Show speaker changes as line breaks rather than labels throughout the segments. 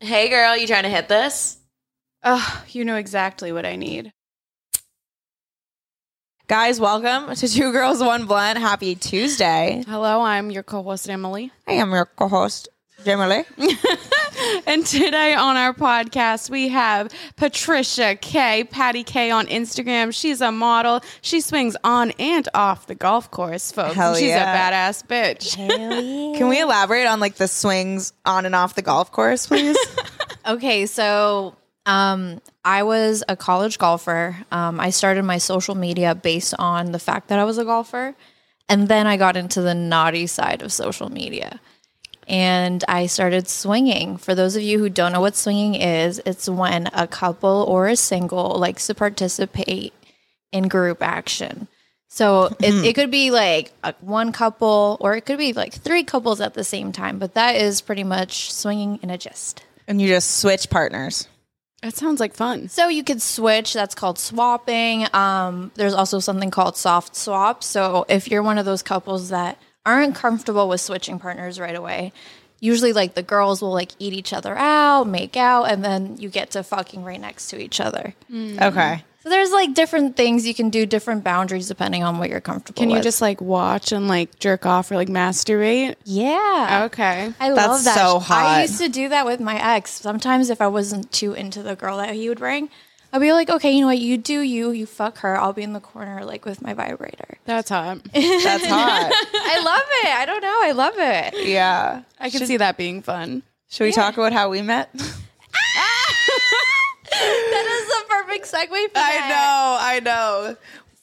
Hey girl, you trying to hit this?
Oh, you know exactly what I need.
Guys, welcome to Two Girls One Blunt. Happy Tuesday.
Hello, I'm your co-host Emily.
I am your co-host, Emily.
And today on our podcast, we have Patricia K, Patty K on Instagram. She's a model. She swings on and off the golf course, folks.
Hell
She's
yeah.
a badass bitch.
Can we elaborate on like the swings on and off the golf course, please?
Okay, so um, I was a college golfer. Um, I started my social media based on the fact that I was a golfer. And then I got into the naughty side of social media. And I started swinging. For those of you who don't know what swinging is, it's when a couple or a single likes to participate in group action. So it, it could be like a, one couple, or it could be like three couples at the same time. But that is pretty much swinging in a gist.
and you just switch partners.
That sounds like fun.
So you could switch. That's called swapping. Um, there's also something called soft swap. So if you're one of those couples that aren't comfortable with switching partners right away, usually like the girls will like eat each other out, make out, and then you get to fucking right next to each other.
Mm-hmm.
Okay.
So there's like different things you can do, different boundaries depending on what you're comfortable.
Can you
with.
just like watch and like jerk off or like masturbate?
yeah?
Okay.
I
That's
love that.
so hot.
I used to do that with my ex. Sometimes if I wasn't too into the girl that he would bring, I'd be like, okay, you know what? You do you. You fuck her. I'll be in the corner like with my vibrator.
That's hot.
That's hot.
I love it. I don't know. I love it.
yeah.
I can see that being fun.
Should we talk about how we met?
that is the perfect segue for that.
I know.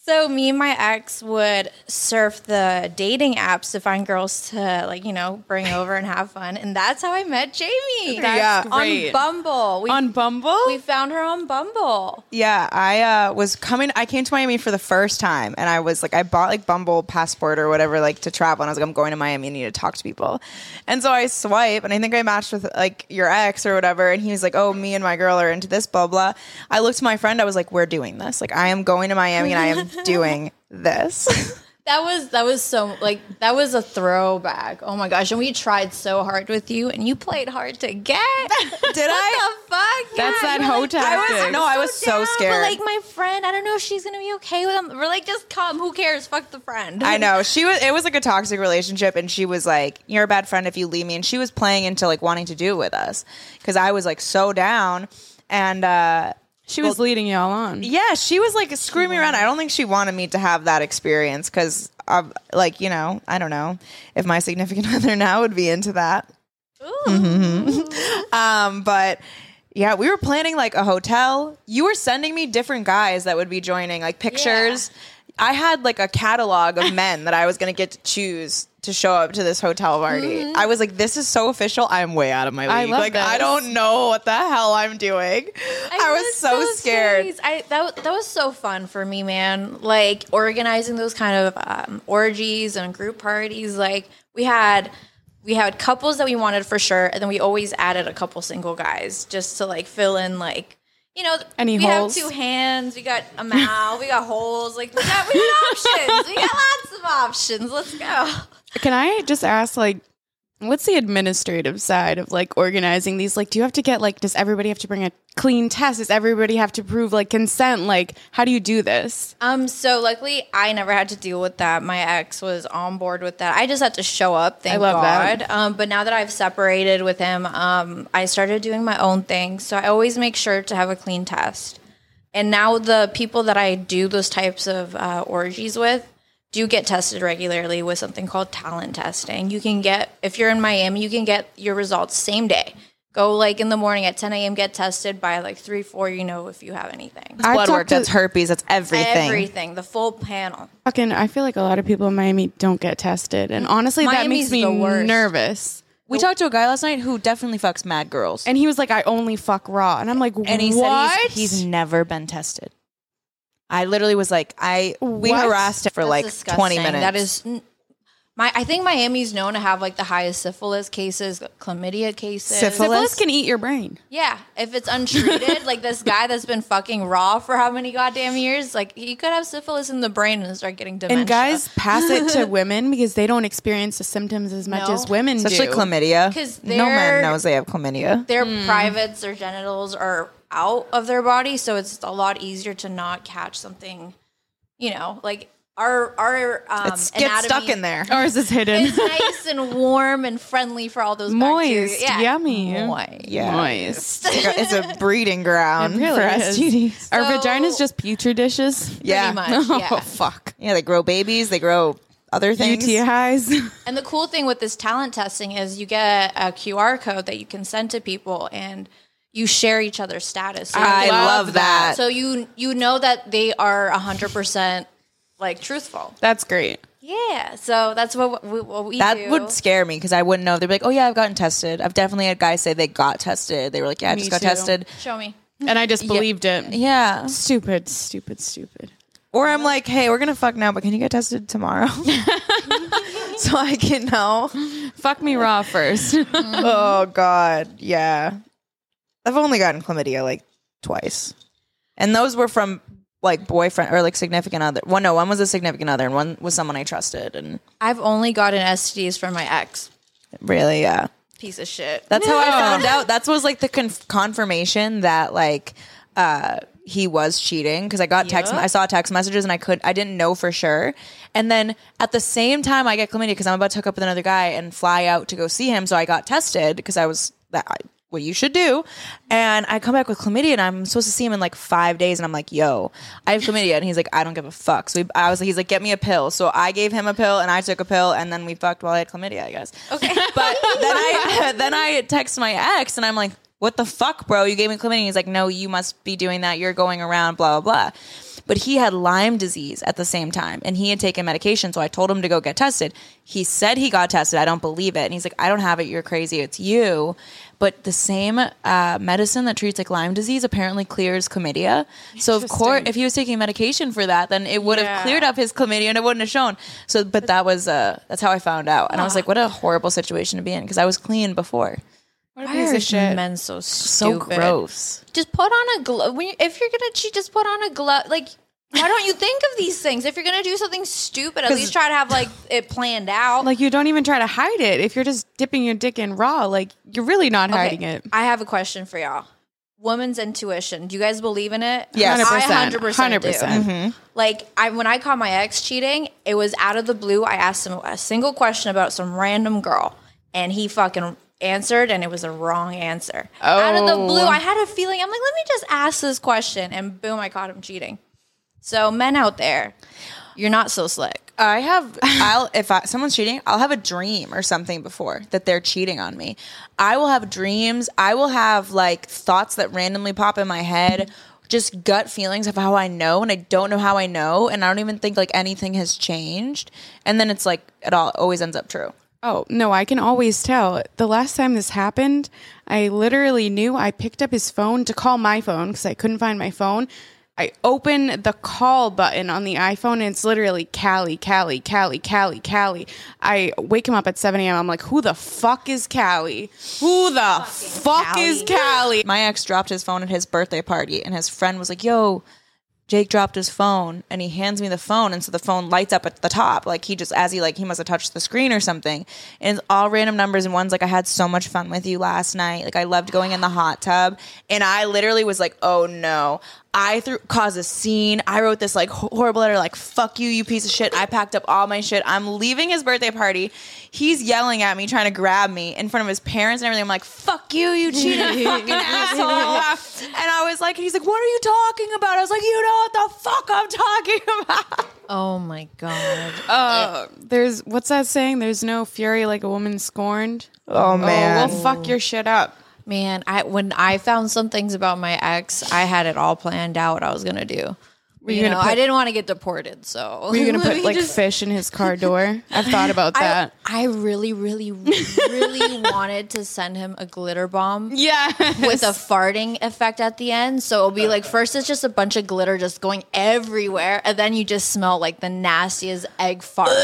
So me and my ex would surf the dating apps to find girls to like, you know, bring over and have fun. And that's how I met Jamie.
That's
on
great.
Bumble. We,
On Bumble?
we found her on Bumble.
Yeah, I uh, was coming. I came to Miami for the first time, and I was like, I bought like Bumble passport or whatever, like to travel. And I was like, I'm going to Miami and need to talk to people. And so I swipe, and I think I matched with like your ex or whatever. And he was like, Oh, me and my girl are into this, blah blah. I looked to my friend. I was like, We're doing this. Like, I am going to Miami, and I am doing this.
That was that was so like that was a throwback. Oh my gosh! And we tried so hard with you, and you played hard to get.
Did I?
the fuck?
That's that
you're
hoe
I was
tactic.
no, I was so
down,
scared.
But like my friend, I don't know if she's gonna be okay with him. We're like, just come. Who cares? Fuck the friend.
I know she was. It was like a toxic relationship, and she was like, "You're a bad friend if you leave me." And she was playing into like wanting to do it with us because I was like so down, and uh,
she was leading y'all on.
yeah, she was like screwing me around. I don't think she wanted me to have that experience because, like, you know, I don't know if my significant other now would be into that. Mm-hmm. Um, but yeah, we were planning like a hotel. You were sending me different guys that would be joining, like pictures. I had like a catalog of men that I was going to get to choose to show up to this hotel party. I was like, this is so official. I'm way out of my league.
Mm-hmm. I love
like, I
this.
don't know what the hell I'm doing. I, was so scared.
serious. I that wa- that was so fun for me, man. Like organizing those kind of um, orgies and group parties. Like we had we had couples that we wanted for sure, and then we always added a couple single guys just to like fill in like. You know,
Any
we
holes?
have two hands, we got a mouth, we got holes. Like we got, we got options. We got lots of options. Let's go.
Can I just ask, like, what's the administrative side of like organizing these? Like, do you have to get like, does everybody have to bring a clean test? Does everybody have to prove like consent? Like, how do you do this?
Um, so luckily I never had to deal with that. My ex was on board with that. I just had to show up, thank
I love
God.
that.
Um, but now that I've separated with him, um, I started doing my own thing. So I always make sure to have a clean test. And now the people that I do those types of uh, orgies with do get tested regularly with something called talent testing. You can get if you're in Miami, you can get your results same day. Go like in the morning at 10 a.m. Get tested by like three, four. You know if you have anything.
I
Blood
talked
work,
to-
that's herpes, that's everything.
Everything, the full panel.
Fucking, I feel like a lot of people in Miami don't get tested, and honestly,
Miami's
that makes
the
me
worst.
nervous.
We talked to a guy last night who definitely fucks mad girls.
And he was like, "I only fuck raw," and I'm like,
and he
"What?"
said he's, he's never been tested. I literally was like, I we
What?
harassed him for
That's
like
disgusting.
twenty minutes.
That is. n- My, I think Miami's known to have like the highest syphilis cases, chlamydia cases.
Syphilis?
Syphilis can eat your brain.
Yeah, if it's untreated, like this guy that's been fucking raw for how many goddamn years, like he could have syphilis in the brain and start getting dementia.
And guys pass it to women because they don't experience the symptoms as much
No.
as women
Especially
do.
chlamydia.
'Cause
no man
they're-
knows they have chlamydia.
their privates or genitals are out of their body, so it's a lot easier to not catch something. You know, like our our um,
It's get stuck
anatomy
in there.
Ours is hidden.
is nice and warm and friendly for all those bacteria.
Moist,
Yeah.
yummy.
Moist.
Yeah.
Moist.
it's a breeding ground for STDs.
Our
So-
vaginas just petri dishes.
Yeah.
Pretty much,
Oh
yeah.
fuck.
Yeah, they grow babies, they grow other things.
UTIs.
And the cool thing with this talent testing is you get a QR code that you can send to people and you share each other's status. So you
I
can-
love that.
So you you know that they are 100% like truthful.
That's great.
Yeah. So that's what we, what we
that
do.
would scare me because I wouldn't know. They'd be like, "Oh yeah, I've gotten tested." I've definitely had guys say they got tested. They were like, "Yeah, I
Me
just got
too.
tested."
show me.
And I just believed it.
Yeah.
Stupid, stupid, stupid.
Or I'm like, "Hey, we're gonna fuck now, but can you get tested tomorrow?" so I can know.
Fuck me raw first.
Oh God, yeah. I've only gotten chlamydia like twice, and those were from like boyfriend or like significant other. One, no, one was a significant other, and one was someone I trusted. And
I've only gotten STDs from my ex.
really, yeah,
Piece of shit.
that's how I found out. That's was like the conf- confirmation that like uh he was cheating because I got text.
Yeah.
I saw text messages, and I could I didn't know for sure. And then at the same time, I get chlamydia because I'm about to hook up with another guy and fly out to go see him. So I got tested because I was that. I, what you should do. And I come back with chlamydia and I'm supposed to see him in like five days. And I'm like, yo, I have chlamydia. And he's like, I don't give a fuck. So we, I was like, he's like, get me a pill. So I gave him a pill and I took a pill and then we fucked while I had chlamydia, I guess. Okay. But then I, then I text my ex and I'm like, what the fuck, bro? You gave me chlamydia. He's like, no, you must be doing that. You're going around, blah, blah, blah. But he had Lyme disease at the same time and he had taken medication. So I told him to go get tested. He said he got tested. I don't believe it. And he's like, I don't have it. You're crazy. It's you. But the same uh, medicine that treats like Lyme disease apparently clears chlamydia. So of course, if he was taking medication for that, then it would have
Yeah.
cleared up his chlamydia and it wouldn't have shown. So, but that was uh, that's how I found out, and I was like, what a horrible situation to be in because I was clean before.
What a
Why
piece
are
of shit.
men so
So
stupid?
gross.
Just put on a glove. When you, if you're gonna cheat, just put on a glove. Like, why don't you think of these things? If you're gonna do something stupid, at least try to have like it planned out.
Like you don't even try to hide it. If you're just dipping your dick in raw, like you're really not
Okay,
hiding it.
I have a question for y'all. Woman's intuition. Do you guys believe in it?
Yes.
I
100%,
100%,
100%.
do. Like I, when I caught my ex cheating, it was out of the blue. I asked him a single question about some random girl, and he fucking answered, and it was a wrong answer. Out of the blue, I had a feeling. I'm like, let me just ask this question, and boom, I caught him cheating. So men out there, you're not so slick.
I have. I'll if I, someone's cheating, I'll have a dream or something before that they're cheating on me. I will have dreams. I will have like thoughts that randomly pop in my head, just gut feelings of how I know, and I don't know how I know, and I don't even think like anything has changed. And then it's like it all always ends up true.
Oh, no, I can always tell. The last time this happened, I literally knew I picked up his phone to call my phone because I couldn't find my phone. I open the call button on the iPhone and it's literally Callie, Callie, Callie, Callie, Callie. I wake him up at 7 a.m. I'm like, who the fuck is Callie? Who the fuck is Callie?
My ex dropped his phone at his birthday party, and his friend was like, "Yo." Jake dropped his phone and he hands me the phone and so the phone lights up at the top like he just as he like he must have touched the screen or something and it's all random numbers and one's like I had so much fun with you last night like I loved going in the hot tub and I literally was like oh no I threw caused a scene I wrote this like ho- horrible letter like fuck you you piece of shit I packed up all my shit I'm leaving his birthday party he's yelling at me trying to grab me in front of his parents and everything I'm like fuck you you cheated fucking asshole and I was like and he's like what are you talking about I was like you know what the fuck I'm talking about
Oh my god.
Uh, there's, what's that saying? There's no fury like a woman scorned.
oh
Oh, well, fuck your shit up.
Man, I when I found some things about my ex, I had it all planned out what I was gonna do. you,
gonna
know,
put-
I didn't want to get deported, so
Were you gonna
let
put
me
like
just-
fish in his car door? I've thought about
I,
that.
I really, really, really wanted to send him a glitter bomb
yeah.
with a farting effect at the end. So it'll be like first it's just a bunch of glitter just going everywhere, and then you just smell like the nastiest egg fart. and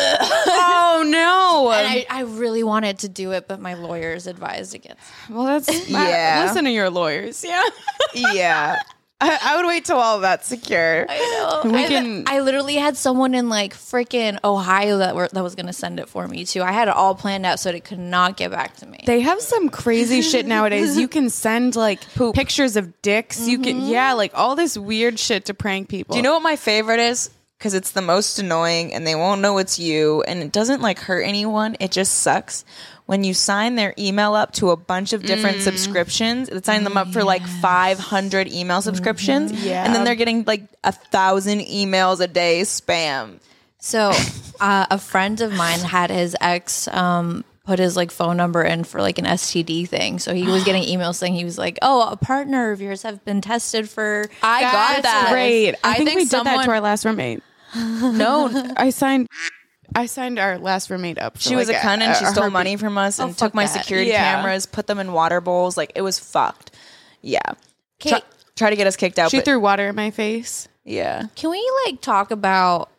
oh no.
I, I really wanted to do it, but my lawyers advised against. it.
well, that's
Yeah.
Listen to your lawyers. Yeah.
yeah. I, I would wait till all that's secure.
I know.
We
I,
can-
I literally had someone in like freaking Ohio that were, that was gonna send it for me too. I had it all planned out so that it could not get back to me.
They have some crazy shit nowadays. You can send like pictures of dicks. You can yeah, like all this weird shit to prank people.
Do you know what my favorite is? Because it's the most annoying and they won't know it's you and it doesn't like hurt anyone. It just sucks. When you sign their email up to a bunch of different subscriptions, they sign them up for like 500 email subscriptions. And then they're getting like a thousand emails a day spam.
So, uh, a friend of mine had his ex um, put his like phone number in for like an STD thing. So he was getting emails saying he was like, "Oh, a partner of yours have been tested for." I
That's great. I, think, we did that to
someone-
our last roommate. no, I signed. I signed our last roommate up. for,
She was a Oh,
like,
cunt and she
a
stole
herpes-
money from us and took
fuck
my
that.
security
Yeah.
cameras, put them in water bowls. Like it was fucked. Yeah. Try-
Kate-
try to get us kicked out.
She
but-
threw water in my face.
yeah.
Can we like talk about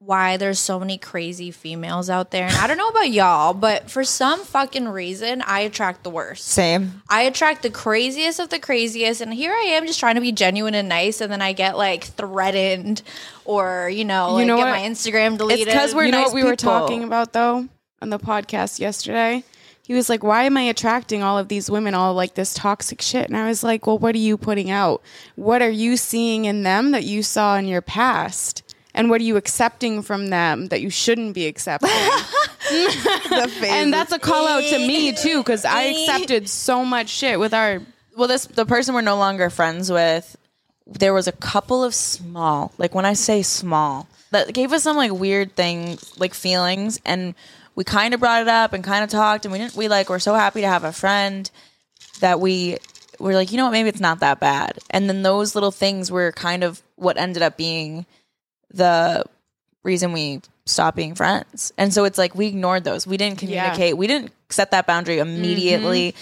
why there's so many crazy females out there? And I don't know about y'all, but for some fucking reason, I attract the worst.
Same.
I attract the craziest of the craziest, and here I am just trying to be genuine and nice, and then I get like threatened, or you know, like
know
get
what?
my Instagram deleted.
'cause we're
you know
nice
what we were
people.
talking about though on the podcast yesterday he was like why am i attracting all of these women all like this toxic shit and i was like well what are you putting out what are you seeing in them that you saw in your past and what are you accepting from them that you shouldn't be accepting and that's a call out to me too because i accepted so much shit with our
well this the person we're no longer friends with there was a couple of small like when i say small that gave us some like weird things like feelings and we kind of brought it up and kind of talked and we didn't we like were so happy to have a friend that we were like you know what maybe it's not that bad and then those little things were kind of what ended up being the reason we stopped being friends. And so it's like we ignored those. We didn't communicate. We didn't set that boundary immediately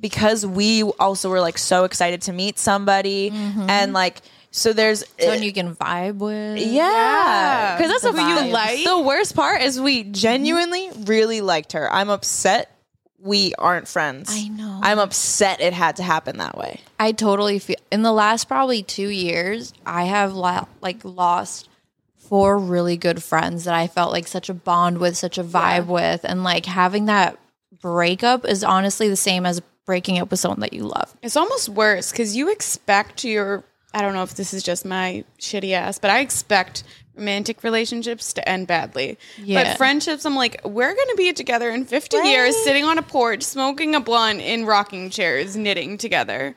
because we also were like so excited to meet somebody and like Mm-hmm. so there's
someone you can vibe with.
yeah, because that's
the
a who you
vibes.
like. Mm-hmm. The worst part is we genuinely really liked her. I'm upset we aren't friends.
I know.
I'm upset it had to happen that way.
I totally feel. In the last probably two years, I have lo- like lost four really good friends that I felt like such a bond with, such a vibe with, and like having that breakup is honestly the same as breaking up with someone that you love.
It's almost worse because you expect your. I don't know if this is just my shitty ass, but I expect romantic relationships to end badly.
Yeah.
But friendships, I'm like, we're going to be together in 50 years, sitting on a porch, smoking a blunt in rocking chairs, knitting together.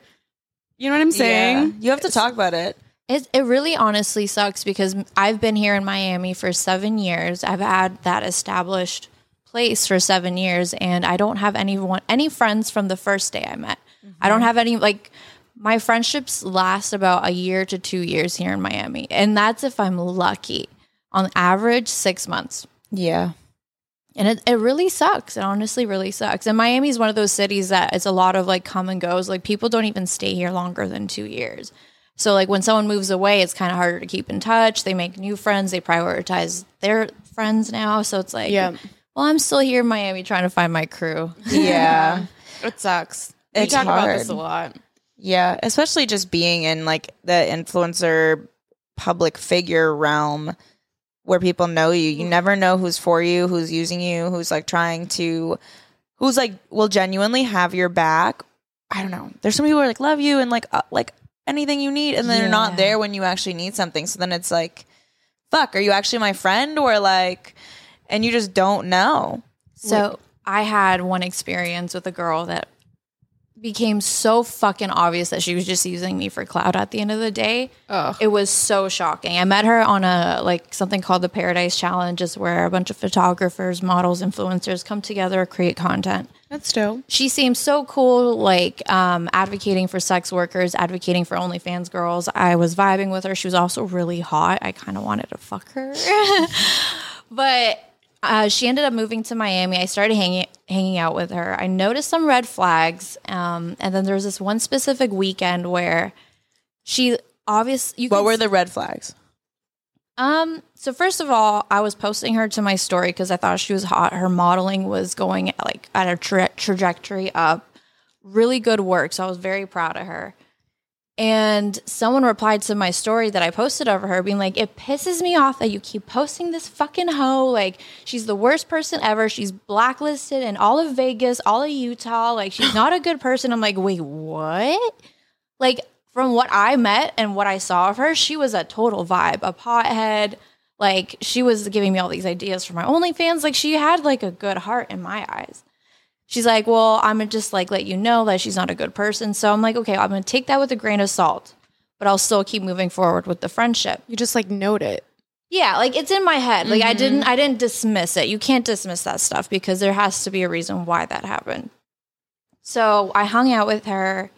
You know what I'm saying?
You have to talk about it.
It, it really honestly sucks because I've been here in Miami for seven years. I've had that established place for seven years, and I don't have anyone, any friends from the first day I met. I don't have any, like, my friendships last about a year to two years here in Miami. And that's if I'm lucky. On average, six months.
Yeah.
And it, it really sucks. It honestly really sucks. And Miami is one of those cities that it's a lot of like come and goes. Like people don't even stay here longer than two years. So like when someone moves away, it's kind of harder to keep in touch. They make new friends. They prioritize their friends now. So it's like,
Yeah.
well, I'm still here in Miami trying to find my crew.
Yeah.
It sucks. we
It's
talk about this
hard.
a lot.
Yeah, especially just being in like the influencer public figure realm where people know you. You never know who's for you, who's using you, who's like trying to who's like will genuinely have your back. I don't know. There's some people who are like love you and like uh, like anything you need and then they're not
Yeah.
there when you actually need something. So then it's like fuck, are you actually my friend or like and you just don't know.
So I had one experience with a girl that became so fucking obvious that she was just using me for clout at the end of the day. It was so shocking. I met her on a like something called the Paradise Challenge, is where a bunch of photographers, models, influencers come together, create content
That's dope.
she seems so cool, like um, advocating for sex workers, advocating for OnlyFans girls. I was vibing with her. She was also really hot. I kind of wanted to fuck her. but uh, she ended up moving to Miami. I started hanging, hanging out with her. I noticed some red flags. Um, and then there was this one specific weekend where she obviously.
What were the red flags?
Um, so first of all, I was posting her to my story because I thought she was hot. Her modeling was going like at a tra- trajectory up. Really good work. So I was very proud of her. And someone replied to my story that I posted over her, being like, It pisses me off that you keep posting this fucking hoe. Like, she's the worst person ever. She's blacklisted in all of Vegas, all of Utah. Like, she's not a good person. I'm like, Wait, what? like from what I met and what I saw of her, she was a total vibe, a pothead. Like she was giving me all these ideas for my OnlyFans. Like she had like a good heart in my eyes. She's like, well, I'm gonna just like let you know that she's not a good person. So I'm like, okay, I'm gonna take that with a grain of salt, but I'll still keep moving forward with the friendship.
You just like note it.
Yeah, like it's in my head. Like I didn't I didn't dismiss it. You can't dismiss that stuff because there has to be a reason why that happened. So I hung out with her.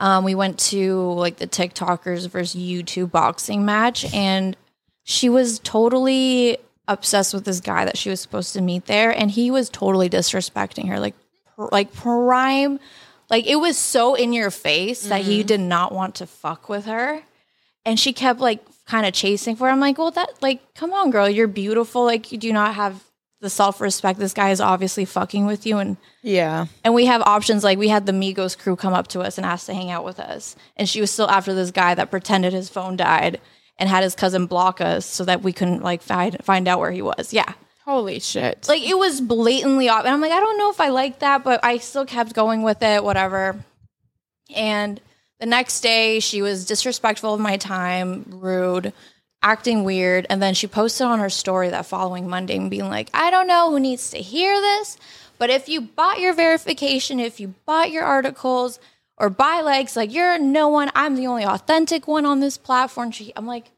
Um, we went to like the TikTokers versus YouTube boxing match, and she was totally obsessed with this guy that she was supposed to meet there, and he was totally disrespecting her, like pr- like prime, like it was so in your face that he did not want to fuck with her and she kept like kind of chasing for him. I'm like, well, that like, come on, girl, you're beautiful. Like, you do not have the self respect. This guy is obviously fucking with you, and
Yeah.
and we have options. Like, we had the Migos crew come up to us and ask to hang out with us, and she was still after this guy that pretended his phone died and had his cousin block us so that we couldn't like find find out where he was. Yeah.
Holy shit.
Like it was blatantly off. And I'm like, I don't know if I like that, but I still kept going with it, whatever. And the next day she was disrespectful of my time, rude, acting weird. And then she posted on her story that following Monday and being like, I don't know who needs to hear this, but if you bought your verification, if you bought your articles or buy likes, like you're no one, I'm the only authentic one on this platform. She I'm like,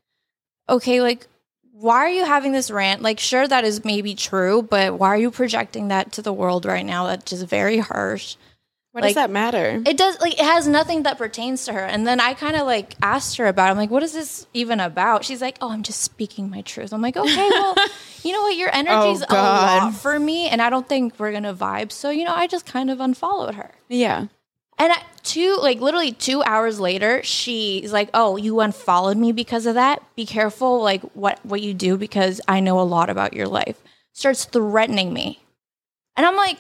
okay, like why are you having this rant? Like, sure, that is maybe true, but why are you projecting that to the world right now? That's just very harsh.
what
like-
does that matter?
It does, like, it has nothing that pertains to her. And then I kind of like asked her about, it. I'm like, what is this even about? She's like, oh, I'm just speaking my truth. I'm like, okay, well, you know what? Your energy's a
God.
lot for me, and I don't think we're going to vibe. So, you know, I just kind of unfollowed her.
yeah.
And I, two, like literally two hours later, she's like, "Oh, you unfollowed me because of that. Be careful, like what what you do, because I know a lot about your life." Starts threatening me, and I'm like,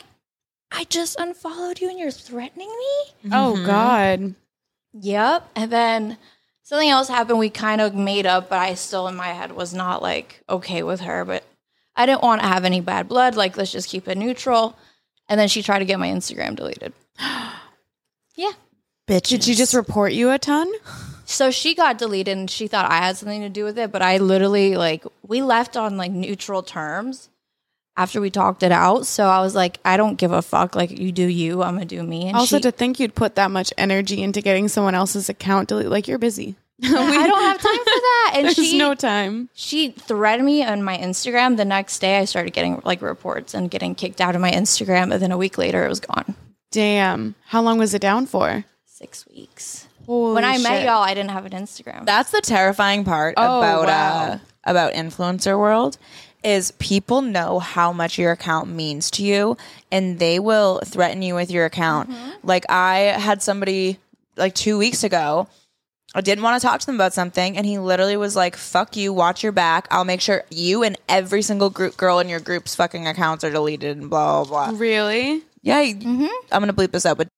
"I just unfollowed you, and you're threatening me."
Mm-hmm.
Oh God.
Yep. And then something else happened we kind of made up, but I still in my head was not like okay with her, but I didn't want to have any bad blood. Like, let's just keep it neutral. And then she tried to get my Instagram deleted. yeah.
Bitch.
Did she just report you a ton?
So she got deleted and she thought I had something to do with it, but I literally like we left on like neutral terms after we talked it out. So I was like, I don't give a fuck. Like you do you, I'm gonna do me. And
Also,
she,
to think you'd put that much energy into getting someone else's account deleted, like you're busy.
I don't have time for that. And
There's
she
no time.
she threatened me on my Instagram. The next day, I started getting like reports and getting kicked out of my Instagram. And then a week later, it was gone.
Damn. How long was it down for?
Six weeks.
Holy
when I met
shit.
y'all, I didn't have an Instagram.
That's the terrifying part
Oh,
about
wow.
uh, about influencer world is people know how much your account means to you and they will threaten you with your account.
Mm-hmm.
Like I had somebody like 2 weeks ago I didn't want to talk to them about something and he literally was like fuck you watch your back I'll make sure you and every single group girl in your group's fucking accounts are deleted and blah blah
Mm-hmm.
blah.
Really?
Yeah, he-
Mm-hmm.
I'm going to bleep this out but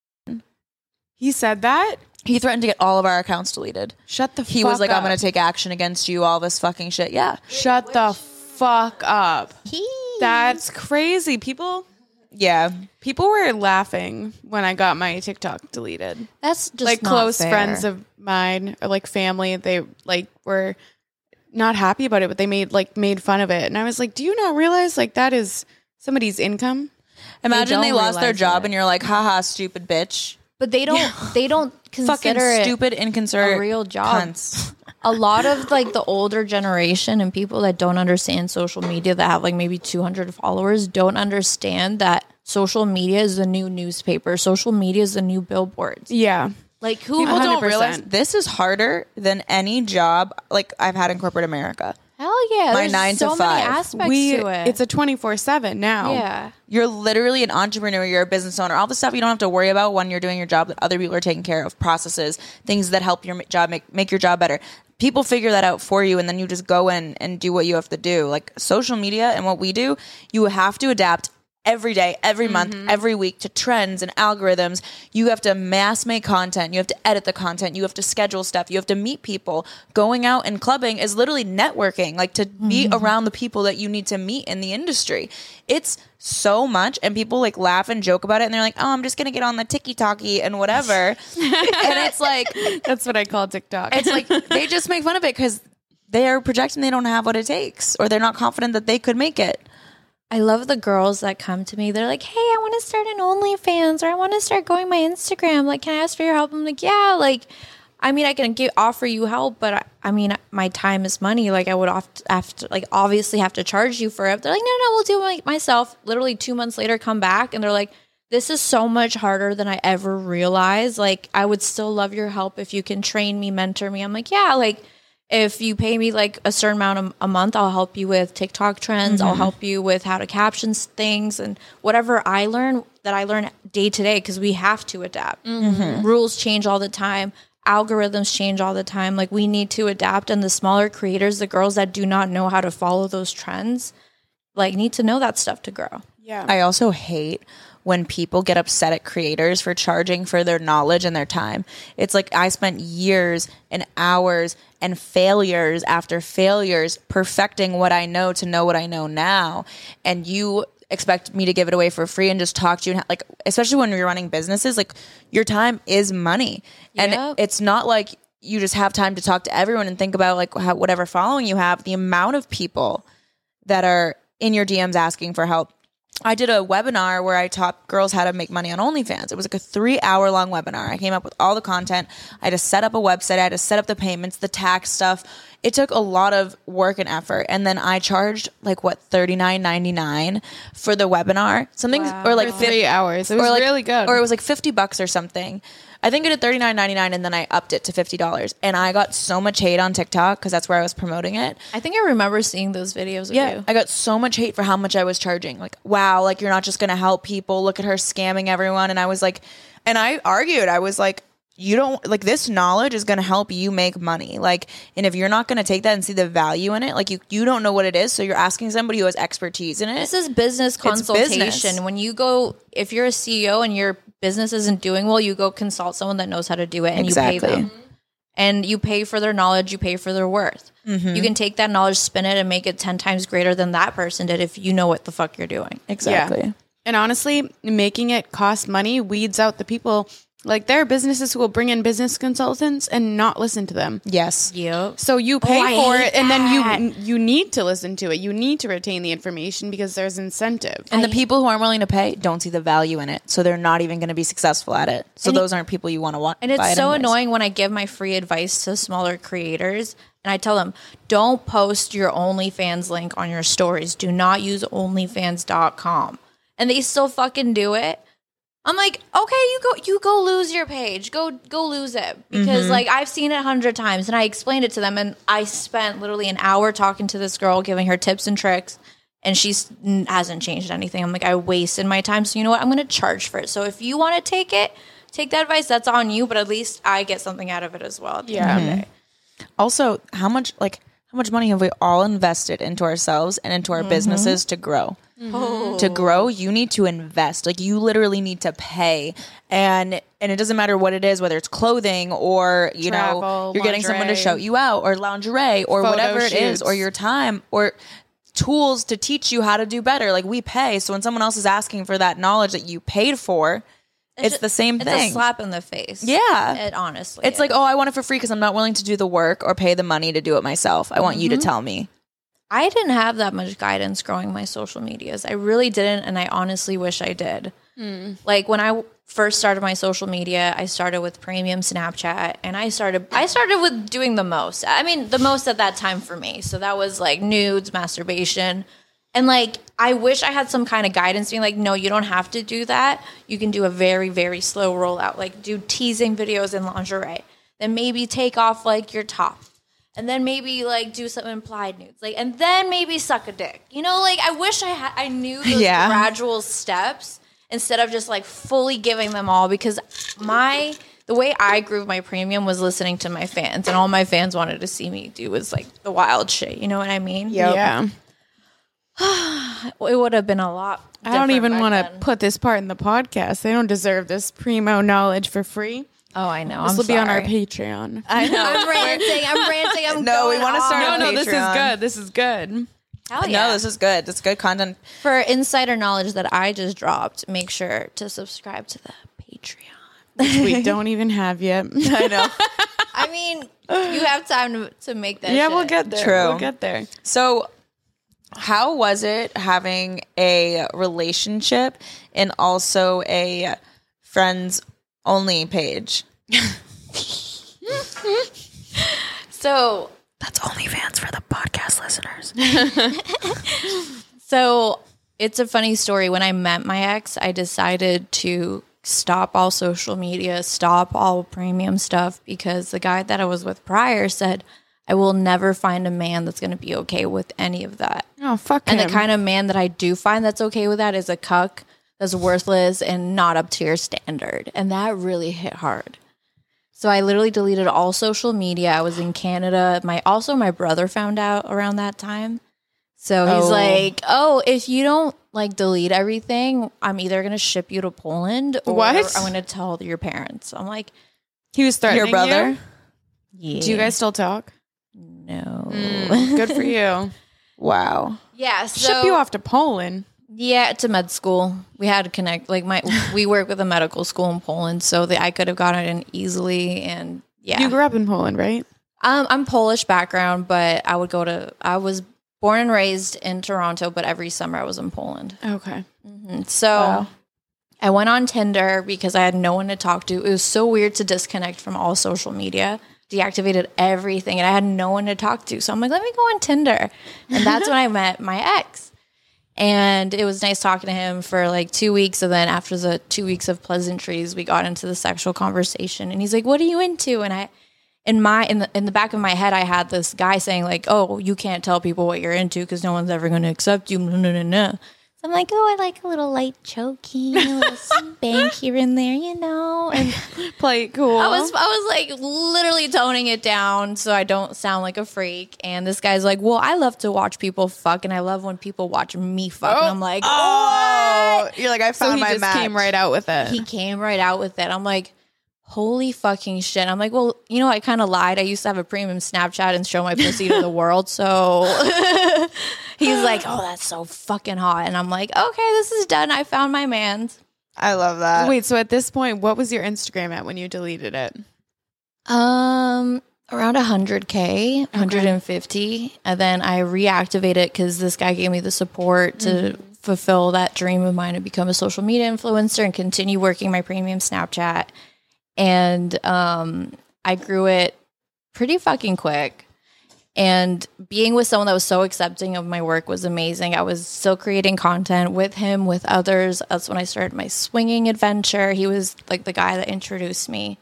He said that?
he threatened to get all of our accounts deleted.
Shut the
He
fuck
was like
up.
I'm going to take action against you all this fucking shit. Yeah.
Shut the fuck up.
He-
That's crazy. People
Yeah.
people were laughing when I got my TikTok deleted.
That's just
like
not
close
fair.
friends of mine or like family, they like were not happy about it, but they made like made fun of it. And I was like, "Do you not realize like that is somebody's income?"
Imagine they,
don't
lost their
realize
job
it.
and you're like, haha, stupid bitch.
But they don't they don't
Fucking
consider it
stupid, inconsiderate,
a real job.
cunts.
a lot of like the older generation and people that don't understand social media that have like maybe 200 followers don't understand that social media is the new newspaper social media is the new billboards
Yeah.
like who
People
would
don't-
don't realize
100%.
this is harder than any job like I've had in corporate America.
hell yeah
My
there's
nine to
so many
five.
aspects
We
to it
it's a 24/7 now.
yeah
You're literally an entrepreneur, you're a business owner, all the stuff you don't have to worry about when you're doing your job that other people are taking care of, processes, things that help your ma- job make, make your job better. People figure that out for you and then you just go in and do what you have to do. Like social media and what we do, you have to adapt every day, every month,
Mm-hmm.
every week to trends and algorithms. You have to mass make content. You have to edit the content. You have to schedule stuff. You have to meet people. Going out and clubbing is literally networking, like to be around the people that you need to meet in the industry. It's so much and people like laugh and joke about it and they're like, "Oh, I'm just going to get on the tiki-talkie and whatever." and it's like
That's what I call TikTok.
it's like they just make fun of it cuz they are projecting they don't have what it takes or they're not confident that they could make it.
I love the girls that come to me. They're like, "Hey, I want to start an OnlyFans, or I want to start going my Instagram. Like, can I ask for your help?" I'm like, "Yeah." Like, I mean, I can give, offer you help, but I, I mean, my time is money. Like, I would oft, have to, like obviously have to charge you for it. They're like, "No, no, no we'll do it my- myself." Literally two months later, come back and they're like, "This is so much harder than I ever realized. Like, I would still love your help if you can train me, mentor me." I'm like, "Yeah." Like, if you pay me like a certain amount a, a month, I'll help you with TikTok trends. I'll help you with how to caption s- things and whatever I learn that I learn day to day because we have to adapt. Rules change all the time. Algorithms change all the time. Like we need to adapt, and the smaller creators, the girls that do not know how to follow those trends, like need to know that stuff to grow.
yeah.
I also hate when people get upset at creators for charging for their knowledge and their time. It's like I spent years and hours and failures after failures perfecting what I know to know what I know now. And you expect me to give it away for free and just talk to you and ha- like especially when you're running businesses like your time is money
Yep.
and it's not like you just have time to talk to everyone and think about like how, whatever following you have the amount of people that are in your DMs asking for help. I did a webinar where I taught girls how to make money on OnlyFans. It was like a three hour long webinar. I came up with all the content. I had to set up a website. I had to set up the payments, the tax stuff. It took a lot of work and effort. And then I charged like what thirty nine ninety nine for the webinar, something or like
For three hours. It was
or like,
really good.
Or it was like fifty bucks or something. I think I did thirty nine ninety nine, and then I upped it to fifty dollars. And I got so much hate on TikTok because that's where I was promoting it.
I think I remember seeing those videos. Of you.
I got so much hate for how much I was charging. Like, wow, like you're not just going to help people. Look at her scamming everyone. And I was like, and I argued, I was like, you don't like this knowledge is going to help you make money. Like, and if you're not going to take that and see the value in it, like you, you don't know what it is. So you're asking somebody who has expertise in it.
This is business
business.
consultation. When you go, if you're a CEO and your business isn't doing well, you go consult someone that knows how to do it and you
Exactly.
pay them. And you pay for their knowledge, you pay for their worth.
Mm-hmm.
You can take that knowledge, spin it, and make it 10 times greater than that person did if you know what the fuck you're doing.
exactly.
And honestly, making it cost money weeds out the people. Like there are businesses who will bring in business consultants and not listen to them.
Yes.
Yep.
So you pay
Oh, I
for
hate
it, and then you you need to listen to it. You need to retain the information because there's incentive.
And the people who aren't willing to pay don't see the value in it. So they're not even going to be successful at it. So those aren't people you want to want.
And it's so annoying when I give my free advice to smaller creators and I tell them, don't post your OnlyFans link on your stories. Do not use OnlyFans.com. And they still fucking do it. I'm like, okay, you go you go lose your page. Go go lose it. Because
Mm-hmm.
like I've seen it a hundred times and I explained it to them and I spent literally an hour talking to this girl, giving her tips and tricks, and she hasn't changed anything. I'm like, I wasted my time. So you know what? I'm gonna charge for it. So if you wanna take it, take that advice, that's on you, but at least I get something out of it as well. Yeah.
Mm-hmm.
also how much like how much money have we all invested into ourselves and into our
Mm-hmm.
businesses to grow to grow you need to invest like you literally need to pay and and it doesn't matter what it is whether it's clothing or you know
Travel,
you're getting someone to
lingerie.
shout you out or lingerie or
Photo
whatever it is
shoots.
or your time or tools to teach you how to do better like we pay so when someone else is asking for that knowledge that you paid for it's, the same
It's
thing
a slap in the face.
Yeah.
It honestly.
it's like, oh, I want it for free because I'm not willing to do the work or pay the money to do it myself. I want you
Mm-hmm.
to tell me.
I didn't have that much guidance growing my social medias. I really didn't, and I honestly wish I did. Like when I first started my social media, I started with premium Snapchat and I started I started with doing the most. I mean, the most at that time for me. So that was like nudes, masturbation. And like I wish I had some kind of guidance being like, no, you don't have to do that. You can do a very, very slow rollout. Like do teasing videos in lingerie. Then maybe take off like your top. And then maybe like do some implied nudes. Like and then maybe suck a dick. You know, like I wish I had I knew those
Yeah.
gradual steps instead of just like fully giving them all because my the way I grew my premium was listening to my fans and all my fans wanted to see me do was like the wild shit. You know what I mean?
Yep.
Yeah.
It would have been a lot.
I don't
different
even
back
want to
then.
put this part in the podcast. They don't deserve this primo knowledge for free.
Oh, I know.
This
I'm
will be on our
sorry. Uh,
Patreon.
I know. I'm ranting. I'm ranting. I'm
No, we
going
wanna
off.
start
no,
on
no, this is
Patreon.
good. This is good.
Hell yeah.
No, this is good. This is good content.
for insider knowledge that I just dropped. Make sure to subscribe to the Patreon.
We don't even have yet.
I know.
I mean, you have time to, to make that.
yeah,
shit.
we'll get there.
True.
We'll get there.
So, how was it having a relationship and also a friends only page?
So
That's OnlyFans for the podcast listeners.
So it's a funny story. When I met my ex, I decided to stop all social media, stop all premium stuff because the guy that I was with prior said, I will never find a man that's going to be okay with any of that.
Oh, fuck
And
him.
the kind of man that I do find that's okay with that is a cuck that's worthless and not up to your standard. And that really hit hard. So I literally deleted all social media. I was in Canada. My also my brother found out around that time. So he's
Oh.
like, "Oh, if you don't like delete everything, I'm either going to ship you to Poland or
What?
I'm going to tell your parents." I'm like,
he was threatening
Your brother?
you?
yeah,
Do you guys still talk?
know?"
Good for you.
Wow.
Yeah, so
Ship you off to Poland.
Yeah, to med school. We had to connect. Like my, we work with a medical school in Poland, so that I could have gotten in easily. And yeah,
You grew up in Poland, right?
um, I'm Polish background, but I would go to. I was born and raised in Toronto, but every summer I was in Poland.
Okay.
So I went on Tinder because I had no one to talk to. It was so weird to disconnect from all social media. Deactivated everything and I had no one to talk to. So I'm like, let me go on Tinder. And that's when I met my ex. And it was nice talking to him for like two weeks. And then after the two weeks of pleasantries, we got into the sexual conversation. And he's like, What are you into? And I in my in the in the back of my head I had this guy saying like, "Oh, you can't tell people what you're into because no one's ever going to accept you." No, no, no, no. So I'm like, "Oh, I like a little light choking, a little some bang here and there, you know." And
Play it cool.
I was I was like literally toning it down so I don't sound like a freak. And this guy's like, "Well, I love to watch people fuck, and I love when people watch me fuck." and I'm like,
Oh, you're like I
so
found
he
my
just
match.
came right out with it.
he came right out with it. I'm like, holy fucking shit. I'm like, well, you know, I kind of lied. I used to have a premium Snapchat and show my pussy to the world. So he's like, oh, that's so fucking hot. And I'm like, okay, this is done. I found my man.
I love that.
Wait, so at this point, what was your Instagram at when you deleted it?
Um, around 100k, 150, and then I reactivate it because this guy gave me the support to fulfill that dream of mine to become a social media influencer and continue working my premium Snapchat. And um, I grew it pretty fucking quick. And being with someone that was so accepting of my work was amazing. I was still creating content with him, with others. That's when I started my swinging adventure. He was like the guy that introduced me.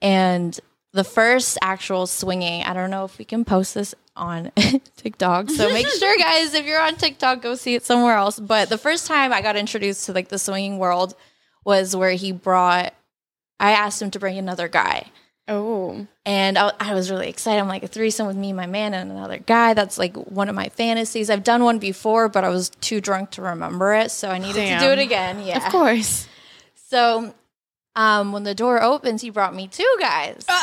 And the first actual swinging, I don't know if we can post this on TikTok. So make sure, guys, if you're on TikTok, go see it somewhere else. But the first time I got introduced to like the swinging world was where he brought, I asked him to bring another guy.
Oh,
And I, I was really excited. I'm like, a threesome with me, my man, and another guy. That's like one of my fantasies. I've done one before, but I was too drunk to remember it. So I needed to do
Damn.
it again. Yeah.
of course.
So um, when the door opens, he brought me two guys.
Uh,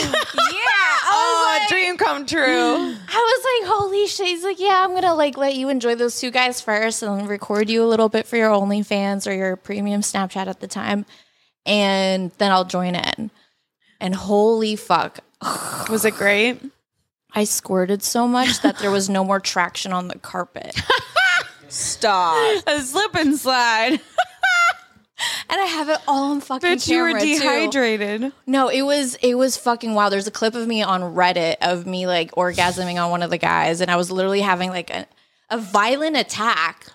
yeah. I was,
oh, dream come true.
like, I was like, holy shit. He's like, yeah, I'm going to like let you enjoy those two guys first and record you a little bit for your OnlyFans or your premium Snapchat at the time. And then I'll join in. And holy fuck.
Was it great?
I squirted so much that there was no more traction on the carpet.
Stop.
A slip and slide.
and I have it all on fucking
Bitch, you were
camera, too.
dehydrated.
No, it was it was fucking wild. There's a clip of me on Reddit of me like orgasming on one of the guys, and I was literally having like a, a violent attack.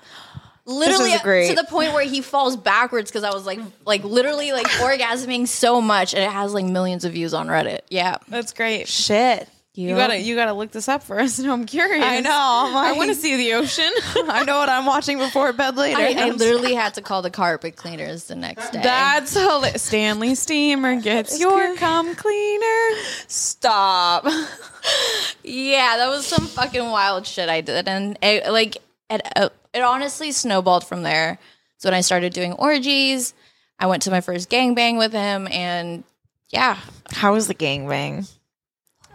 Literally
is great.
to the point where he falls backwards because I was like like literally like orgasming so much, and it has like millions of views on Reddit. Yeah,
That's great.
Shit.
You gotta you gotta look this up for us. No, I'm curious.
I know. I'm
I
like-
want to see the ocean.
I know what I'm watching before bed later.
I, I literally had to call the carpet cleaners the next day.
That's hilarious. Stanley Steamer gets your cum cleaner.
Stop.
Yeah, that was some fucking wild shit I did, and it, like it, uh, it honestly snowballed from there. So when I started doing orgies, I went to my first gangbang with him, and yeah,
How was the gangbang?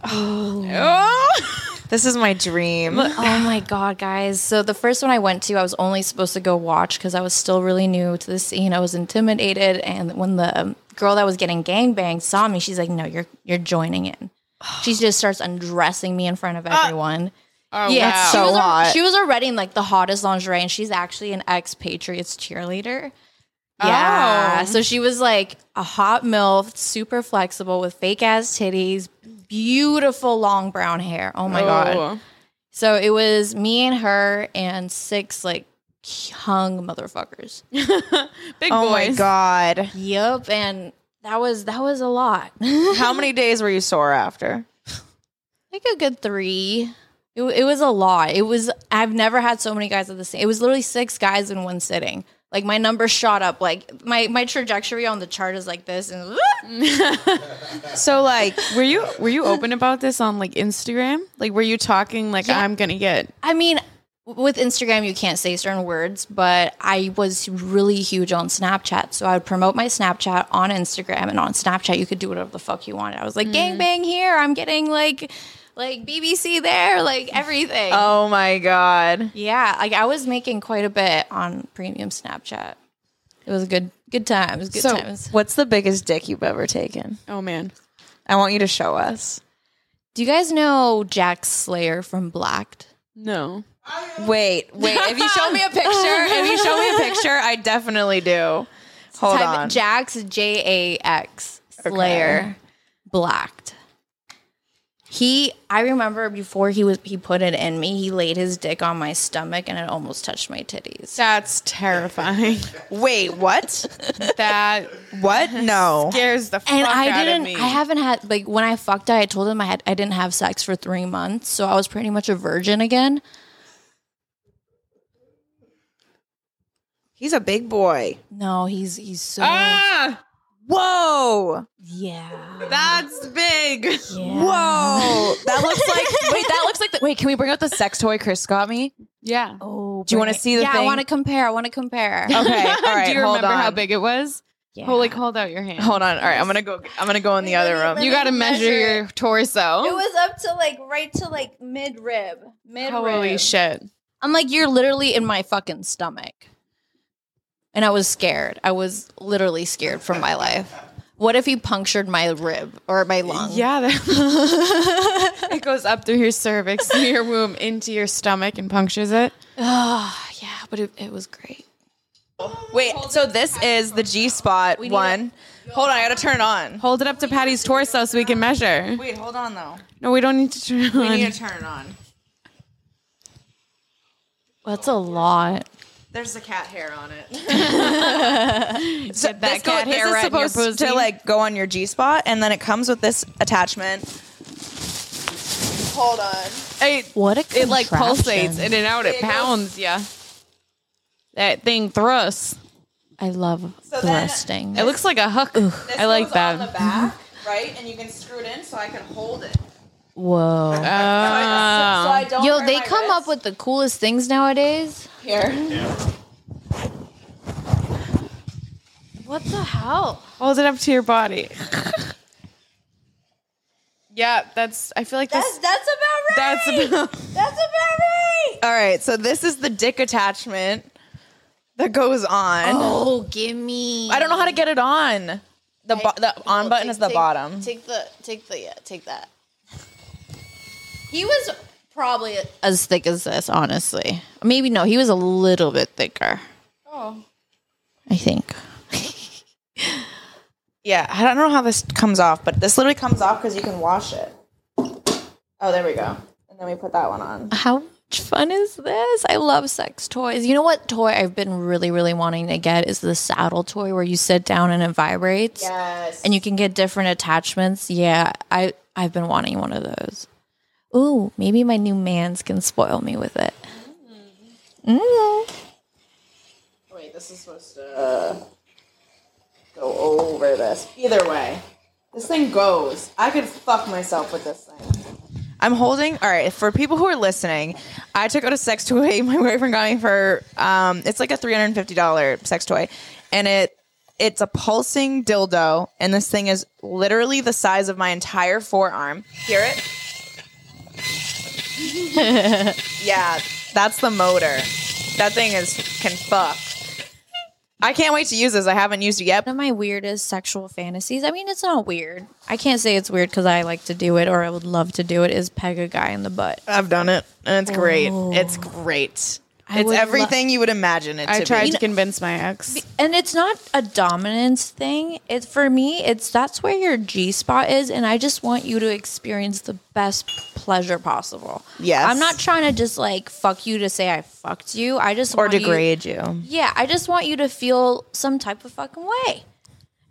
Oh,
This is my dream.
oh my god, guys! So the first one I went to, I was only supposed to go watch because I was still really new to the scene. I was intimidated, and when the um, girl that was getting gangbanged saw me, she's like, "No, you're you're joining in." She just starts undressing me in front of everyone.
Oh,
yeah,
wow.
she
Oh, So
was al-
hot.
she was already in like the hottest lingerie, and she's actually an ex Patriots cheerleader.
Oh.
Yeah,
Oh.
so she was like a hot milf, super flexible with fake ass titties, beautiful long brown hair. Oh my god! So it was me and her and six like hung motherfuckers.
big
Oh my
boys.
god.
Yup, and that was that was a lot.
How many days were you sore after?
like a good three. It, wa- it was a lot. It was I've never had so many guys at the same. It was literally six guys in one sitting. Like my number shot up. Like my my trajectory on the chart is like this, and
So like
Were you were you open about this on like Instagram? Like, were you talking like I'm gonna get?
I mean, with Instagram, you can't say certain words, but I was really huge on Snapchat. So I would promote my Snapchat on Instagram, and on Snapchat, you could do whatever the fuck you wanted. I was like, gang bang here. I'm getting like, like BBC there, like everything.
Oh my god.
Yeah. Like I was making quite a bit on premium Snapchat. It was a good, good times, good
So
times.
what's the biggest dick you've ever taken?
Oh man,
I want you to show us.
Do you guys know Jack Slayer from Blacked?
no.
Wait, wait. If you show me a picture, if you show me a picture, I definitely do. Hold
Type
on.
Jax J A X Slayer blacked. He I remember before he was he put it in me, he laid his dick on my stomach and it almost touched my titties.
That's terrifying.
Wait, what?
that
What? No.
scares the fuck
And I
out
didn't
of me.
I haven't had like when I fucked I told him I had I didn't have sex for three months, so I was pretty much a virgin again.
He's a big boy.
No, he's he's so
ah,
Whoa.
yeah.
that's big.
yeah.
Whoa. Oh, That looks like wait, that looks like the wait, can we bring out the sex toy Chris got me?
Yeah.
Oh,
Do you wanna
bring it-
see the
Yeah, I
thing?
want to compare. I want to compare.
Okay. All right.
Do you
hold
remember
on.
how big it was?
Yeah.
Holy, hold out your hand.
Hold on. All right. I'm gonna go. I'm gonna go in the other room.
You got to measure
Measure
your torso.
It was up to like right to like mid rib. Mid
Holy
rib.
shit.
I'm like, you're literally in my fucking stomach. And I was scared. I was literally scared for my life. What if he punctured my rib or my lung?
Yeah, that, it goes up through your cervix, through your womb, into your stomach, and punctures it.
Ah, yeah, but it, it was great.
Wait. So this is the G spot one. Hold on. I gotta turn it on.
Hold it up to Patty's torso so we can measure.
Wait. Hold on though.
No, we don't need to turn it on.
turn it on.
That's a lot.
There's the cat hair on it.
so that
this, go, this is
right in your
supposed to
pussy.
like go on your G spot, and then it comes with this attachment. Hold on.
It,
What a
it like
contraption.
pulsates in and out. It
It goes-
pounds yeah. That thing thrusts.
I love
then-
thrusting.
It looks like a hook.
This
I like
goes
that.
On the back, right, and you can screw it in so I can hold it.
Whoa.
Oh.
so I don't.
Yo,
hurt
they
my
come
wrist.
up with the coolest things nowadays.
here.
What the hell?
Hold it up to your body. yeah, that's. I feel like that's.
that's about
That's. about-
That's about right.
All right, so this is the dick attachment that goes on.
Oh, gimme.
I don't know how to get it on. The bo- the on button is the bottom.
Take the take the yeah, take that. He was probably as thick as this, honestly. Maybe no, he was a little bit thicker. Oh. I think.
Yeah, I don't know how this comes off, but this literally comes off because you can wash it. Oh, there we go. And then we put that one on.
How much fun is this? I love sex toys. You know what toy I've been really, really wanting to get is the saddle toy where you sit down and it vibrates
Yes.
and you can get different attachments. Yeah, I, I've been wanting one of those. Ooh, maybe my new man's can spoil me with it. Mm.
Wait, this is supposed to uh, go over this. Either way, this thing goes. I could fuck myself with this thing. I'm holding. All right, for people who are listening, I took out a sex toy. My boyfriend got me for um, it's like a three hundred and fifty dollar sex toy, and it it's a pulsing dildo, and this thing is literally the size of my entire forearm. Hear it? yeah, that's the motor. That thing is can fuck. I can't wait to use this. I haven't used it yet.
One of my weirdest sexual fantasies, I mean, it's not weird. I can't say it's weird because I like to do it or I would love to do it, is peg a guy in the butt.
I've done it, and it's great. It's great.
I
it's
would lo-
everything you would imagine it to
I tried
be.
to convince my ex.
and it's not a dominance thing. It's for me, it's that's where your G spot is, and I just want you to experience the best pleasure possible.
Yes.
I'm not trying to just like fuck you to say I fucked you. I just
or
want you-
degrade you.
yeah, I just want you to feel some type of fucking way.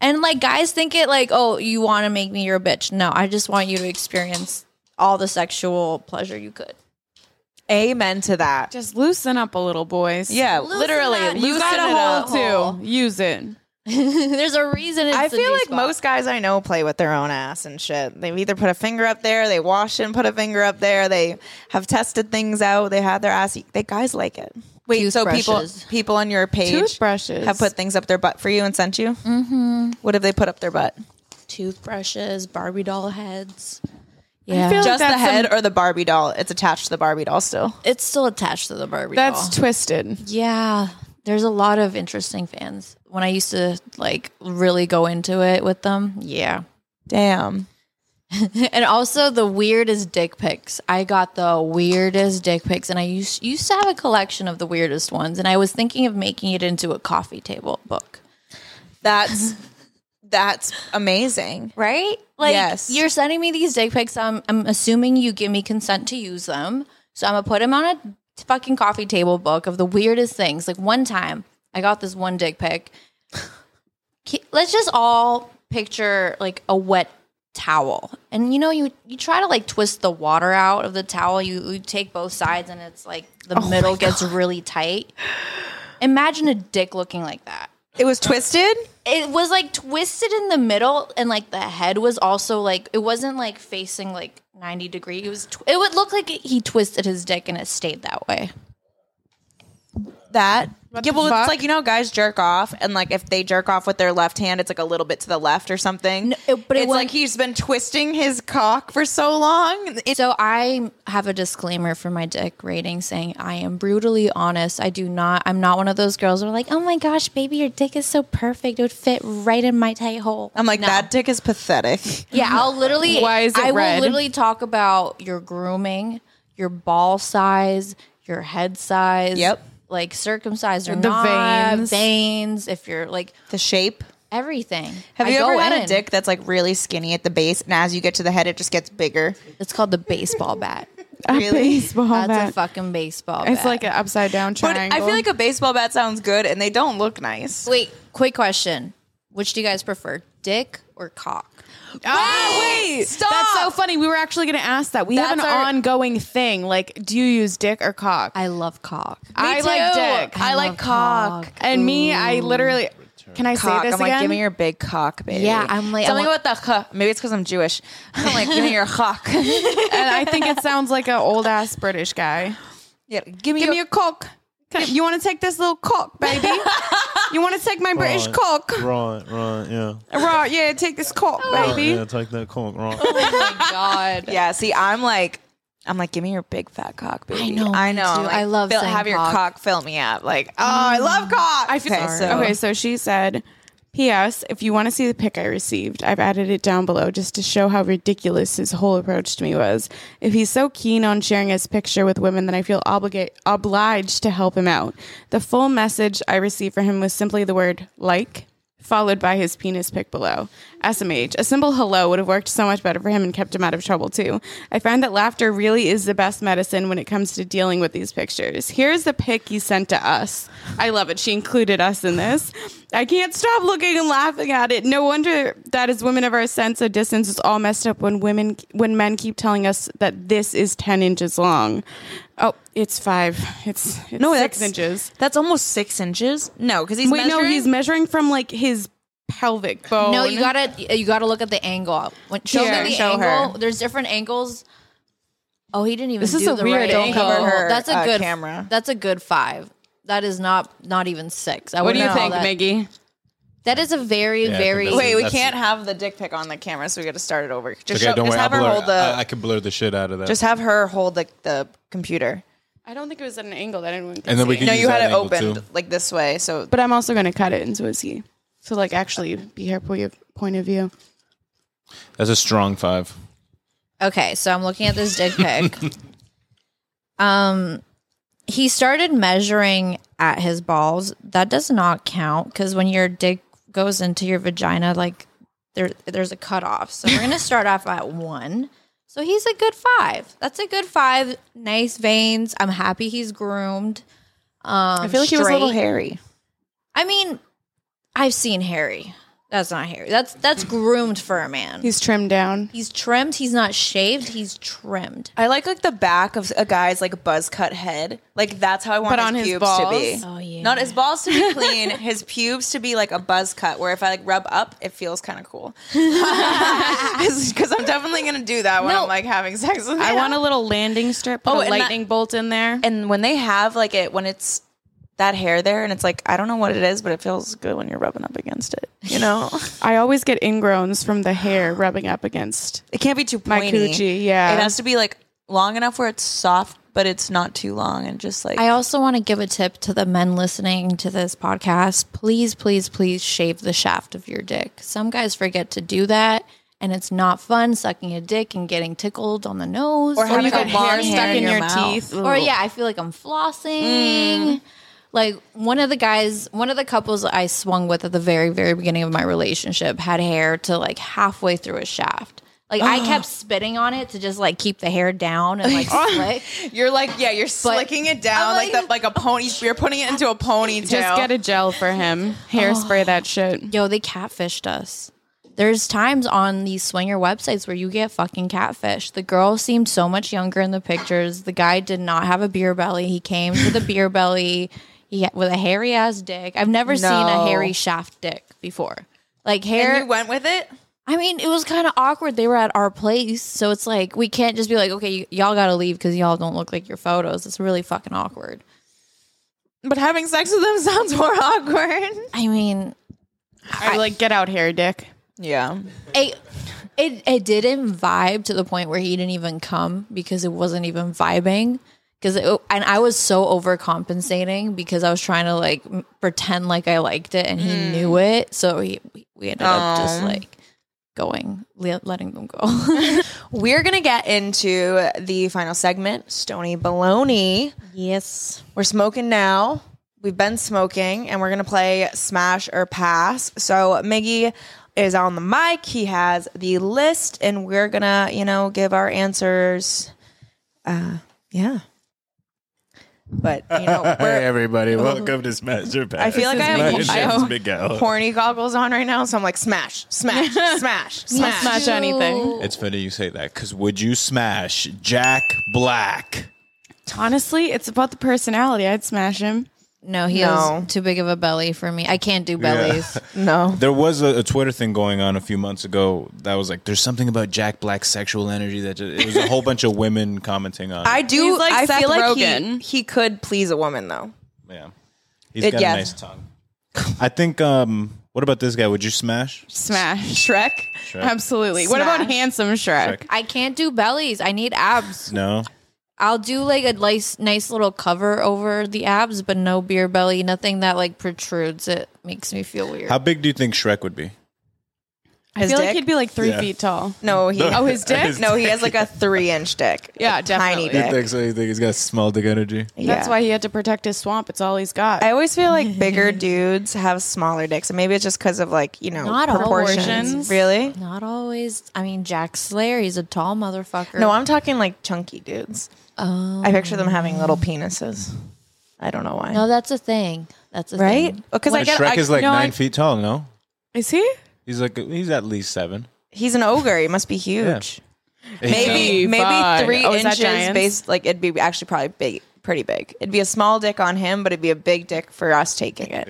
And like guys think it like, oh, you want to make me your bitch. No, I just want you to experience all the sexual pleasure you could.
Amen to that.
Just loosen up a little, boys.
yeah,
Loosen
literally.
that-
You
Loosen
got
it up.
a hole too. Use it.
There's a reason. It's
I
the
feel like
G-spot.
most guys I know play with their own ass and shit. They've either put a finger up there, they wash it and put a finger up there. They have tested things out. They had their ass. They guys like it. Wait, so people
Toothbrushes.
people on your page
Toothbrushes.
have put things up their butt for you and sent you. Mm-hmm. What have they put up their butt?
toothbrushes, Barbie doll heads. Yeah,
feel-
Just
that's
the head
some-
or the Barbie doll? It's attached to the Barbie doll still.
it's still attached to the Barbie
That's
doll.
twisted.
yeah, there's a lot of interesting fans. When I used to like really go into it with them, yeah.
Damn.
And also the weirdest dick pics. I got the weirdest dick pics, and I used used to have a collection of the weirdest ones. And I was thinking of making it into a coffee table book.
That's that's amazing.
right? Like
Yes.
you're sending me these dick pics. I'm I'm assuming you give me consent to use them. So I'm gonna put them on a fucking coffee table book of the weirdest things. Like one time, I got this one dick pic. Ki- Let's just all picture like a wet towel, and you know you you try to like twist the water out of the towel. You, you take both sides, and it's like the middle gets really tight. Imagine a dick looking like that
It was twisted.
it was like twisted in the middle and like the head was also like it wasn't like facing like 90 degree it was tw- it would look like he twisted his dick and it stayed that way
That yeah,
the
well,
fuck?
it's like you know, guys jerk off, and like if they jerk off with their left hand, it's like a little bit to the left or something.
it- but it
it's
wa-
like he's been twisting his cock for so long. It-
so i have a disclaimer for my dick rating saying i am brutally honest i do not i'm not one of those girls who are like oh my gosh baby your dick is so perfect it would fit right in my tight hole
I'm like
No.
that dick is pathetic.
Yeah, I'll literally.
Why is it
I
red?
will literally talk about your grooming, your ball size, your head size.
Yep.
Like circumcised or
The
not,
veins.
veins. If you're like
The shape.
everything.
Have
I
you
go
ever had a
in.
dick that's like really skinny at the base, and as you get to the head, it just gets bigger?
It's called the baseball bat.
A baseball
That's
bat.
a fucking baseball.
it's
bat.
like an upside down
But
triangle.
I feel like a baseball bat sounds good, and they don't look nice.
wait. Quick question: Which do you guys prefer, dick or cock?
Oh,
Wait,
wait,
stop.
That's so funny. We were actually going to ask that. We have
That's
an
our-
ongoing thing. Like, do you use dick or cock?
I love cock.
I like dick.
I,
I
like
love
cock.
cock.
and me, I literally. Can I
cock.
say this
I'm
again?
like, give me your big cock, baby.
Yeah, I'm like, I
something
want-
about the huh. Maybe it's because I'm Jewish. I'm like, give me your cock.
and I think it sounds like an old ass British guy.
Yeah, give me
Give
your.
me your cock. Can- You want to take this little cock, baby? You want to take my British cock?
Right, right, yeah.
Right, yeah, take this cock,
Right,
baby.
yeah, take that cock, right.
Oh my god.
yeah, see, I'm like. I'm like, give me your big fat cock, baby.
I know,
I
me
know. I'm
too.
like,
I love
fill,
saying
have your
cock.
cock fill me up. Like, oh, I love cock. I feel okay,
Sorry.
so
okay, so she said, P.S. If you want to see the pic I received, I've added it down below just to show how ridiculous his whole approach to me was. If he's so keen on sharing his picture with women, then I feel obligate obliged to help him out. The full message I received from him was simply the word like. followed by his penis pic below. SMH. A simple hello would have worked so much better for him and kept him out of trouble too. I find that laughter really is the best medicine when it comes to dealing with these pictures. Here's the pic you sent to us. I love it. She included us in this. I can't stop looking and laughing at it. No wonder that as women of our sense of distance is all messed up when women when men keep telling us that this is ten inches long. Oh, it's five. It's, it's
No,
six
that's-
inches.
That's almost six inches. No, because he's
Wait, no,
measuring-
he's measuring from like his pelvic bone.
No, you gotta you gotta look at the angle. When, show
Here,
me the
show her.
angle. There's different angles. Oh, he didn't even.
This
do
is a
the
weird
right
angle.
angle.
Cover her,
that's a
uh,
good
camera.
That's a good five. That is not not even six. I
What do you
wouldn't call
think,
that.
Miggy?
That is a very
I think
very.
that's
Wait, we
That's-
can't have the dick pic on the camera, so we got to start it over. Just,
okay,
show,
don't
just
worry. I'll
have her
blur.
hold the.
I, I can blur the shit out of that.
just have her hold the, the computer.
I don't think it was at an angle that anyone could
and then we
see.
can
no,
use
you had
that
it
angle,
opened
too.
like this way, so
But I'm also going to cut it into a Z. So, like, actually be her point of, point of view.
That's a strong five.
Okay, so I'm looking at this dick pic. um, he started measuring at his balls. That does not count because when your dick goes into your vagina, like there, there's a cutoff. So we're gonna start off at one. So he's a good five. That's a good five. Nice veins. I'm happy he's groomed. Um,
I feel like he was a little
straight.
hairy.
I mean, I've seen hairy. That's not hairy. That's that's groomed for a man.
He's trimmed down.
He's trimmed. He's not shaved. He's trimmed.
I like like the back of a guy's like buzz cut head. Like that's how I want
But
his
on his
pubes to be.
balls?
Oh, yeah.
Not his balls to be clean, his pubes to be like a buzz cut where if I like rub up, it feels kind of cool. Cuz I'm definitely going to do that when
No.
I'm like having sex with
I
him.
want a little landing strip, put
Oh,
a
and that-
lightning bolt in there.
and when they have like it when it's that hair there and it's like I don't know what it is, but it feels good when you're rubbing up against it, you know?
I always get ingrowns from the hair rubbing up against.
it can't be too
My
pointy.
coochie, yeah.
It has to be like long enough where it's soft but it's not too long and just like
I also want to give a tip to the men listening to this podcast. Please, please, please shave the shaft of your dick. Some guys forget to do that, and it's not fun sucking a dick and getting tickled on the nose.
Or having
you
like
get
a long
hair stuck
hair in
in
your
your,
mouth.
teeth.
or
Ooh.
yeah, I feel like I'm flossing. Like one of the guys, one of the couples I swung with at the very, very beginning of my relationship had hair to like halfway through his shaft. Like I kept spitting on it to just like keep the hair down and like slick.
You're like, yeah, you're slicking it down
I'm
like
like-
that, like a pony. You're putting it into a Oh. ponytail.
Just get a gel for him. Hairspray that shit.
Yo, they catfished us. There's times on these swinger websites where you get fucking catfished. The girl seemed so much younger in the pictures. The guy did not have a beer belly. He came with a beer belly. He had, with a hairy ass dick. I've never seen a
No.
hairy shaft dick before. Like
And
hair.
you went with it.
I mean, it was kind of awkward. They were at our place, so it's like we can't just be like, okay, y- y'all got to leave because y'all don't look like your photos. It's really fucking awkward.
But having sex with them sounds more awkward.
I mean,
I like get out hair, dick.
Yeah.
it, it it didn't vibe to the point where he didn't even come because it wasn't even vibing because and I was so overcompensating because I was trying to like m- pretend like I liked it and he knew it so he we ended up just like going le- letting them go
We're gonna get into the final segment, Stony Baloney.
yes
We're smoking now. We've been smoking, and we're gonna play Smash or Pass. So Miggy is on the mic. He has the list, and we're gonna, you know, give our answers. Uh, yeah. But you know,
hey,
we're,
everybody. Welcome to Smash Pass.
I feel like I
My
have
name's
I have
Big Al.
horny goggles on right now, so I'm like smash, smash, smash, smash.
Smash anything.
It's funny you say that because would you smash Jack Black?
Honestly, it's about the personality. I'd smash him.
no he
No.
has too big of a belly for me I can't do bellies
No.
There was a, a Twitter thing going on a few months ago that was like, "There's something about Jack Black's sexual energy that just, it was a whole bunch of women commenting on."
I
it.
do.
He's like
I
Seth
feel like he,
Rogen.
he could please a woman though.
Yeah, he's
It-
got
yeah.
a nice tongue. I think. um What about this guy? Would you smash?
Smash.
Shrek.
Absolutely. What about handsome Shrek?
Shrek.
I can't do bellies I need abs
No.
I'll do like a nice, nice little cover over the abs, but no beer belly, nothing that like protrudes. It makes me feel weird.
How big do you think Shrek would be?
I
His
feel like
dick?
he'd be like three
Yeah.
feet tall.
no, he.
No.
Oh, his dick?
His
no, he has like a three inch dick.
Yeah,
A
definitely.
tiny
You
dick.
think so? You think he's got small dick energy?
That's
Yeah.
why he had to protect his swamp. It's all he's got.
I always feel like bigger dudes have smaller dicks, and maybe it's just because of like you know
Not all
proportions.
proportions.
Really?
Not always. I mean, Jack Slayer, he's a tall motherfucker. Um,
No, I'm talking like chunky dudes. I picture them having little penises. I don't know why.
no, that's a thing. That's a
right? Oh,
thing.
Because I
But
get
Shrek
I-
is like
no,
nine
I-
feet tall. No,
Is he?
he's like he's at least seven.
he's an ogre. He must be huge.
Eight feet.
Maybe
Hey,
maybe
bud.
three
Oh, is that
inches.
giants?
Based like it'd be actually probably big, pretty big. It'd be a small dick on him, but it'd be a big dick for us taking it.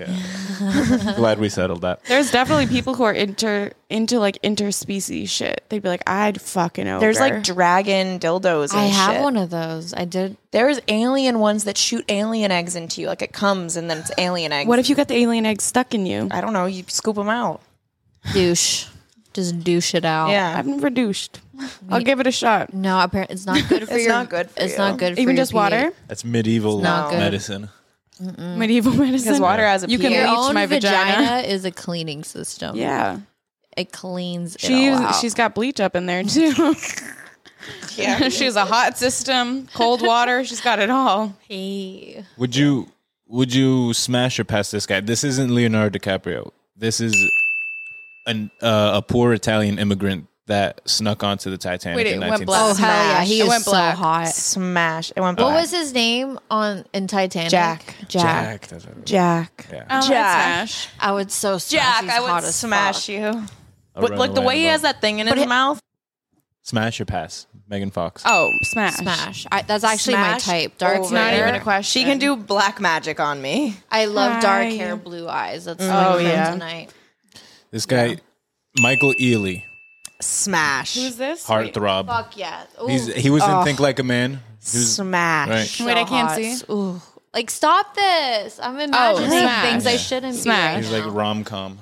Glad we settled that.
There's definitely people who are inter into like interspecies shit. They'd be like, I'd fucking over.
There's like dragon dildos. And
I have
shit.
one of those. I did.
There's alien ones that shoot alien eggs into you. Like it comes and then it's alien eggs.
what if you got the alien egg stuck in you?
I don't know? You scoop them out.
Douche. Just douche it out.
Yeah.
I've never douched. I'll give it a shot.
No, apparently it's not good for
It's
your.
not good for
It's
you.
not good for
Even
your
just water, Mm.
pH.
That's medieval
not good.
medicine.
medieval medicine.
Because water has a
You can
pH.
Your
Bleach
own
my
vagina.
vagina.
is a cleaning system.
Yeah,
it cleans.
she
it all out.
she's got bleach up in there too.
Yeah.
she has a hot system, cold water. She's got it all.
Hey.
Would you would you smash or pass this guy? This isn't Leonardo DiCaprio. This is an uh, a poor Italian immigrant that snuck onto the Titanic.
Wait,
in
it went
19-
black.
Oh hell yeah,
Smash.
he
It
is
went
so
black.
hot.
Smash. It went
What
black.
was his name on in Titanic?
Jack.
Oh, Jack.
Jack. That's what it was.
Jack?
Yeah.
Oh, I'd
Jack.
smash.
I would so smash.
Jack,
He's
I
hot
would
as
smash
fuck.
you.
A
But like the
runaway
way he
boat.
has that thing in his mouth.
Smash or pass, Megan Fox.
Oh, smash.
Smash. I, that's actually
Smash
my type. Dark
over.
Not even
hair.
a question.
She can do black magic on me.
I love dark
Hi.
hair, blue eyes. That's
Oh,
oh
yeah.
yeah. Tonight.
This guy, Michael Ealy,
Smash.
Who's this? Wait,
heartthrob.
Fuck yeah. Ooh,
He's he was in Think Like a Man. He was-
Smash.
Right.
so
Wait, I can't
hot.
see.
Ooh. Like stop this. I'm imagining
Oh, smash.
things
Yeah.
I shouldn't
Smash.
be.
he's like rom com.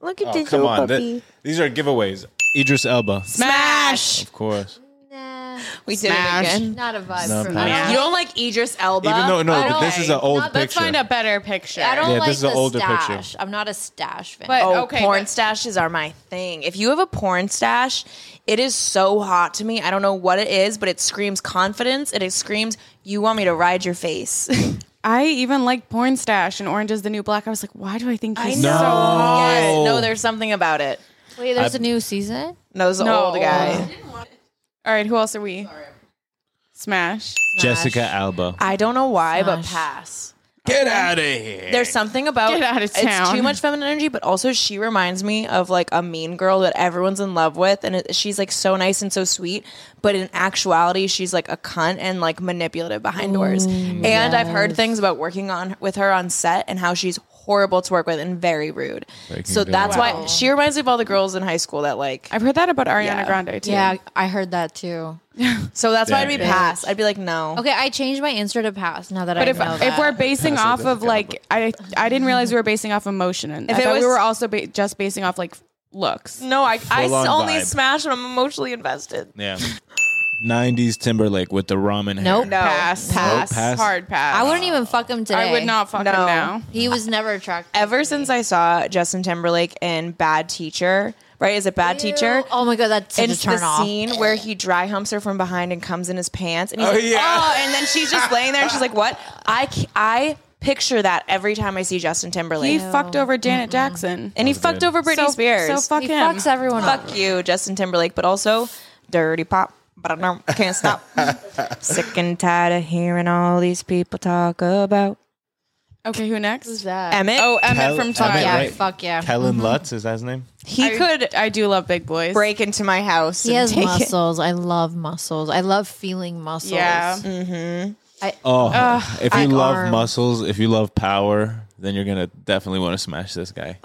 Look at
Oh
this
come
little
on! Th-
puppy.
these are giveaways. Idris Elba,
Smash.
of course.
Nah,
we
Smash.
did it again.
not a vibe
No,
for
pass.
me.
You don't like Idris Elba?
Even though no,
I
but
don't
this
like-
is an old
not-
Let's
picture.
find a better picture.
I don't
Yeah,
like
this is
the
an older picture.
stash. I'm not a stash fan.
But-
Oh,
Okay,
porn
but-
stashes are my thing. If you have a porn stash, it is so hot to me. I don't know what it is, but it screams confidence and it screams, you want me to ride your face.
I even like porn stash and Orange is the New Black. I was like, why do I think he's
know.
so
No.
Yes. No, there's something about it.
Wait, there's a new season.
No, it's an
No.
old guy.
All right, who else are we? Smash.
Jessica Alba.
I don't know why, but
Smash.
pass.
Get out of here.
There's something about
Get out of
It's
town.
too much feminine energy, but also she reminds me of like a mean girl that everyone's in love with, and it, she's like so nice and so sweet, but in actuality, she's like a cunt and like manipulative behind doors. And I've heard things about working on with her on set and how she's horrible to work with and very rude. so
down.
that's why she reminds me of all the girls in high school that like.
I've heard that about Ariana
Yeah.
Grande too.
Yeah, I heard that too.
So that's why I'd
Yeah,
be
yeah.
pass. I'd be like no.
Okay, I changed my Insta to pass now that
But
I
if
know
if
that.
we're basing
That's
off
what
of
they
like I I didn't realize we were basing off emotion and
If
I
it
thought we
was-
were also ba- just basing off like looks.
No, I, I
Full-on
only
vibe.
smash when I'm emotionally invested.
Yeah. 90s Timberlake with the ramen hair.
Nope.
No.
Pass, pass,
pass.
hard pass.
I wouldn't even fuck him today.
I would not fuck
No.
him now.
He was never attractive.
ever since I saw Justin Timberlake in Bad Teacher, right? Is it Bad Teacher?
Oh my god, that's such
And
a
it's
turn
the
off.
scene where he dry humps her from behind and comes in his pants, and he's
Oh,
like,
yeah.
"Oh!" And then she's just laying there, and she's like, "What?" I c- I picture that every time I see Justin
He
Timberlake,
fucked over Janet Jackson.
and he
was
fucked
good.
over Britney
so,
Spears.
So fuck
he
him.
fucks everyone up.
Fuck you, Justin Timberlake, but also dirty pop. But I don't- I can't stop. Sick and tired of hearing all these people talk about
Okay, who next?
that?
Emmett.
Oh, Emmett
Kel-
from Todd.
Emmett,
Yeah,
right?
fuck yeah.
Kellen Lutz, is that his name?
he could
I do love big boys.
break into my house.
He
and
has
take it.
muscles. I love muscles. I love feeling muscles.
Yeah. Mm.
Mm-hmm. Mm.
Oh, if you
like
love
arm.
muscles, if you love power, then you're going to definitely want to smash this guy.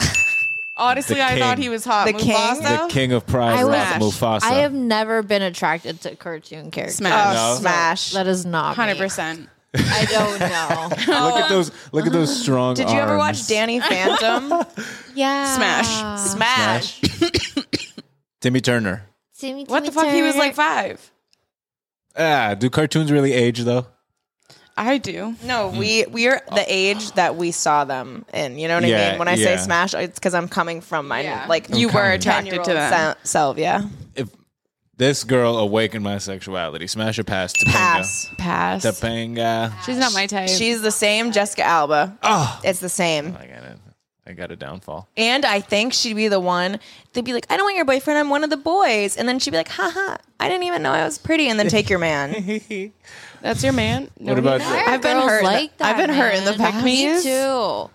Honestly,
The
I thought
king.
he was hot.
The king?
the
Mufasa?
king of pride,
I
Ralph
was-
Mufasa.
I have never been attracted to cartoon characters.
Smash.
Oh,
No.
smash.
That is not me.
Hundred percent.
I don't know.
look at those Look at those strong
Did you ever watch
arms.
Danny Phantom?
yeah.
Smash.
Smash.
Timmy Turner.
Timmy,
What the fuck? He was like five.
Ah, do cartoons really age, though?
I do.
No, we we are the age that we saw them in. You know what I
Yeah,
mean? When I
yeah.
say smash, it's because I'm coming from my
Yeah.
like
You were
coming.
attracted to
10-year-old
them.
se- self. Yeah,
If this girl awakened my sexuality, smash or pass? Topanga.
pass.
Pass.
Topanga.
She's not my type.
She's the same Jessica Alba.
Oh,
It's the same.
I got it. I got a downfall.
And I think she'd be the one. They'd be like, "I don't want your boyfriend. I'm one of the boys." And then she'd be like, "Haha, I didn't even know I was pretty." And then take your man.
That's your man. No,
What about the-
I've been
Girls
hurt.
Like that,
I've been hurt in the
man.
past.
Me
Yes.
too.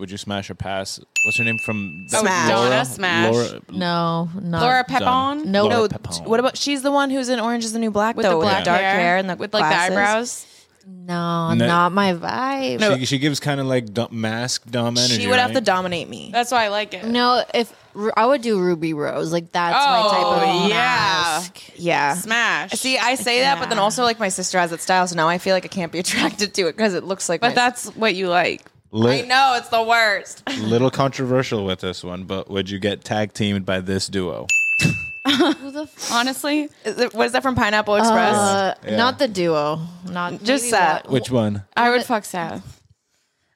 Would you smash or pass? What's her name from the-
Smash.
Donna Smash.
Laura,
No, not
Laura
Donna.
Pepon.
No.
Laura
No,
Pepone.
what about she's the one who's in Orange Is the New Black
With
though,
the black
with the dark
hair,
hair, and the
with like
glasses.
the eyebrows.
no,
No.
not my vibe. No.
She, she gives kind of like dumb, mask dumb energy.
She would have
right?
to dominate me.
That's why I like it.
if Ru- I would do Ruby Rose, like that's my type
Oh,
of
yeah.
mask.
yeah,
Smash.
See, I say that, but then also like my sister has that style, so now I feel like I can't be attracted to it because it looks like.
but
my-
that's what you like.
Li-
know it's the worst.
Little controversial with this one, but would you get tag teamed by this duo?
Who the f-
Honestly,
Is it- what is that from Pineapple Express?
uh,
Yeah.
Not the duo. Not
Just
maybe
that.
what-
Which one?
I would fuck Seth.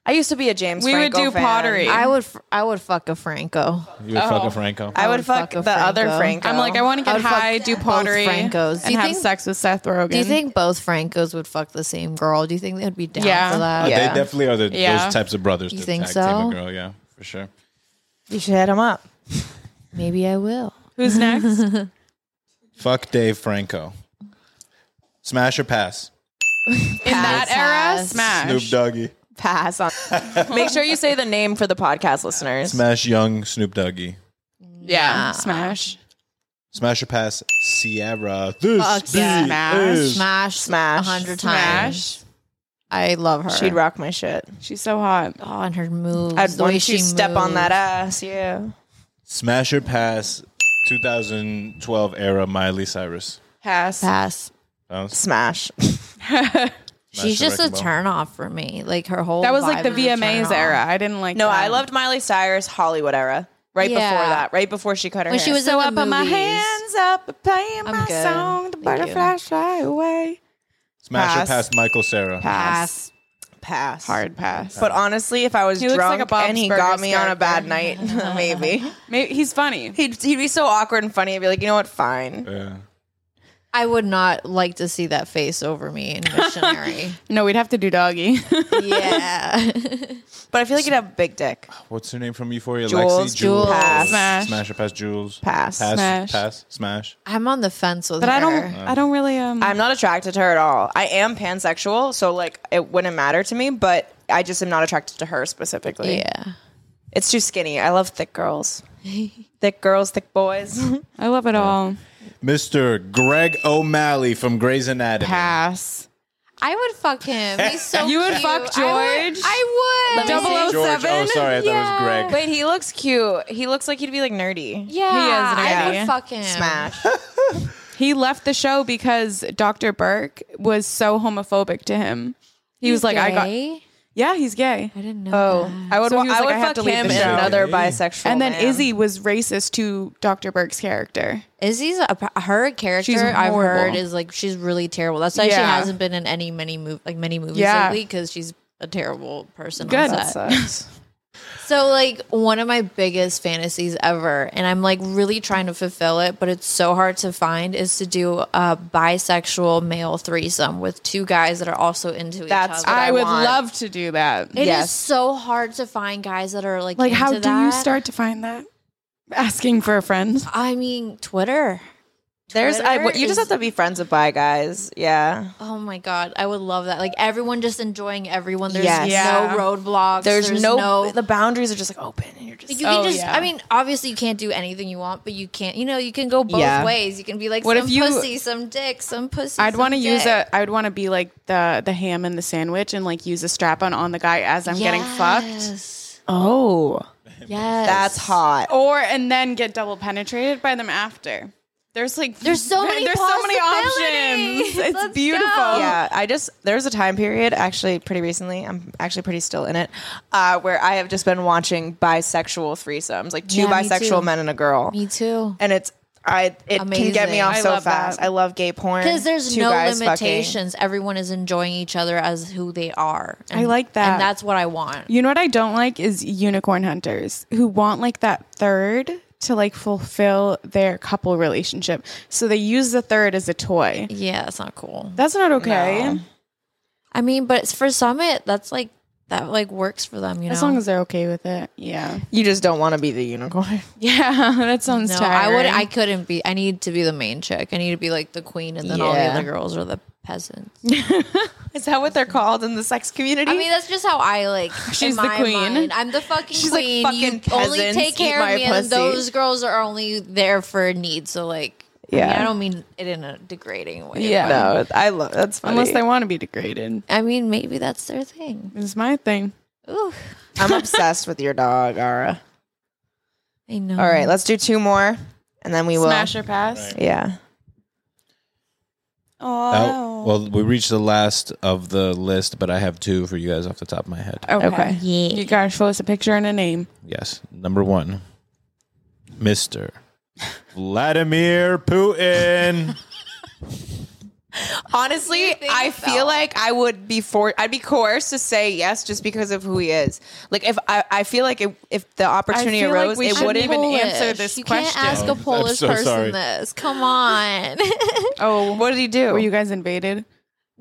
I used to be a James.
We would
Franco
do
fan.
pottery.
I would f- I would fuck a Franco.
You would fuck a Franco.
I would
would
fuck,
Oh, fuck a
the other
Franco.
Franco.
I'm like, I want to
I
get
would fuck
high, do
both
pottery,
Francos. Do
and
you
have
think-
sex with Seth Rogen.
Do you think both Francos would fuck the same girl? Do you think they'd be down
Yeah.
for
Uh,
that?
They
yeah.
definitely are the,
Yeah.
those types of brothers.
You
that
think
tag team
so?
a girl, yeah, for sure.
You should hit him up.
Maybe I will.
who's next?
Fuck Dave Franco. Smash or pass?
In that era,
Pass.
smash.
Snoop Doggy.
Pass on. Make sure you say the name for the podcast listeners.
Smash Young Snoop Doggy.
Yeah, smash.
Smash or pass Sierra. This
Fuck
beat
yeah.
Smash.
is-
Smash,
Smash.
a hundred times.
Smash.
I love her.
She'd rock my shit.
She's so hot.
oh, and her moves.
I'd
the way
want
she
you step on
moves.
that ass. Yeah.
Smash or pass 2012 era Miley Cyrus.
Pass.
pass.
Sounds-
Smash.
Smash
She's
the
just a
wrecking ball.
turn off for me. Like her whole
That was
vibe
like the
is a turn
VMAs
off.
era. I didn't like.
No,
that.
I loved Miley Cyrus Hollywood era. Right
Yeah.
before that, right before she cut her
When
hair.
she was
So
in
I
the
put my
movies.
hands up, playing
I'm
my
good.
song, "The
Thank
Butterflies Fly Away."
Smash or
Pass.
pass Michael Sarah.
Pass.
pass
Hard pass.
But honestly, if I was
He looks
drunk
like a Bob's
and he
Burgers
got me on a bad night,
character.
maybe
Maybe, he's funny.
he'd he'd be so awkward and funny. I'd be like, you know what? Fine.
Yeah.
I would not like to see that face over me in missionary.
No, we'd have to do doggy.
yeah.
But I feel like you'd have a big dick.
What's her name from Euphoria?
Jules.
Lexi? Jules.
Pass.
Smash.
Smash or pass Jules.
Pass.
Pass.
Smash.
Pass. Smash.
I'm on the fence with
But
her.
I don't. I don't really. Um.
I'm not attracted to her at all. I am pansexual, so like it wouldn't matter to me. But I just am not attracted to her specifically.
Yeah.
It's too skinny. I love thick girls. thick girls, thick boys.
I love it all.
Mr. Greg O'Malley from Grey's Anatomy.
Pass.
I would fuck him. He's so
You would
cute.
fuck
I would.
George?
I would.
Let me see.
George. Oh, sorry. I thought it was Greg.
Wait, he looks cute. He looks like he'd be like
He
Yeah.
nerdy.
is an
I
idiot.
would fuck him.
Smash.
He left the show because Dr. Burke was so homophobic to him. He was like, I got.
Gay?
Yeah, he's gay.
I didn't know.
Oh,
that.
I would.
So
wa-
he was
I
like,
would
"I have
fuck
to leave
him
the
and
show."
another
Hey.
bisexual.
And then
man.
Izzy was racist to Dr. Burke's character.
Izzy's a, her character.
She's
I've heard
horrible.
is like she's really terrible. That's why she
Yeah.
hasn't been in any many mov- like many movies
Yeah.
lately because she's a terrible person.
Good.
On set. So like one of my biggest fantasies ever, and I'm like really trying to fulfill it, but it's so hard to find. Is to do a bisexual male threesome with two guys that are also into
That's
each
what
other.
I,
I
would
want.
love to do that.
It is
Yes.
so hard to find guys that are like
like, how
into
do you
that.
start to find that? Asking for a friend.
I mean, Twitter.
There's, I,
Twitter
you
is-
just have to be friends with bi guys. Yeah.
Oh my god, I would love that. Like everyone just enjoying everyone. There's
Yes.
Yeah.
no roadblocks.
There's, no, the
you
boundaries are just like open, and you're just.
can
Oh,
just.
yeah.
I mean, obviously you can't do anything you want, but you can't. You know, you can go both
Yeah.
ways. You can be like
What
some
if you-
pussy, some dick, some pussy.
I'd
some
want to use
dick.
a. I'd want to be like the the ham and the sandwich, and like use a strap on on the guy as I'm getting fucked.
Yes.
oh,
Yes.
that's hot.
Or and then get double penetrated by them after. There's like
There's so many
there's so many
possibilities.
options. It's
Let's
beautiful.
go.
yeah, I just there's a time period actually pretty recently. I'm actually pretty still in it, uh, where I have just been watching bisexual threesomes, like two
Yeah, me
bisexual
too.
men and a girl,
Me too.
and it's I it can get me
Amazing.
off
I
so
love that.
fast. I love gay porn
because there's
Two
no
guys fucking.
limitations. Everyone is enjoying each other as who they are. And,
I like that.
and that's what I want.
You know what I don't like is unicorn hunters who want like that third to like fulfill their couple relationship. So they use the third as a toy.
Yeah, that's not cool.
That's not okay.
I mean, but it's for Summit, that's like that like works for them. You know,
As long as they're okay with it. Yeah.
You just don't want to be the unicorn.
Yeah, that sounds
no,
tiring.
I would. I couldn't be. I need to be the main chick. I need to be like the queen, and then all the
Yeah.
other girls are the peasants.
Is that what they're called in the sex community?
I mean, that's just how I like.
She's the
in my
queen.
mind, I'm the fucking
She's like,
queen. you
"Fucking
only
peasants,
take
eat
care
my
of me, and
pussy."
those girls are only there for need. So like, yeah, I, mean, I don't mean it in a degrading way.
Yeah.
no, I love that's funny.
Unless they want to be degraded.
but I mean maybe that's their thing.
It's my thing.
Ooh,
I'm obsessed with your dog, Ara.
I know.
All right, let's do two more, and then we will.
Smash or pass.
Yeah. Oh.
That- well, we reached the last of the list, but I have two for you guys off the top of my head.
Okay.
Okay.
Yeah.
You gotta show us a picture and a name.
Yes. Number one, Mr. Vladimir Putin.
Honestly,
thing
I
about-
feel like I would be for I'd be coerced to say yes just because of who he is. Like if I, I feel like it, if the opportunity
feel like
arose,
we
it
shouldn't
wouldn't
even
Polish.
answer this
you
question.
can't ask a
I'm
Polish
so
person
sorry.
this. Come on.
Oh,
What did he do?
were you guys invaded?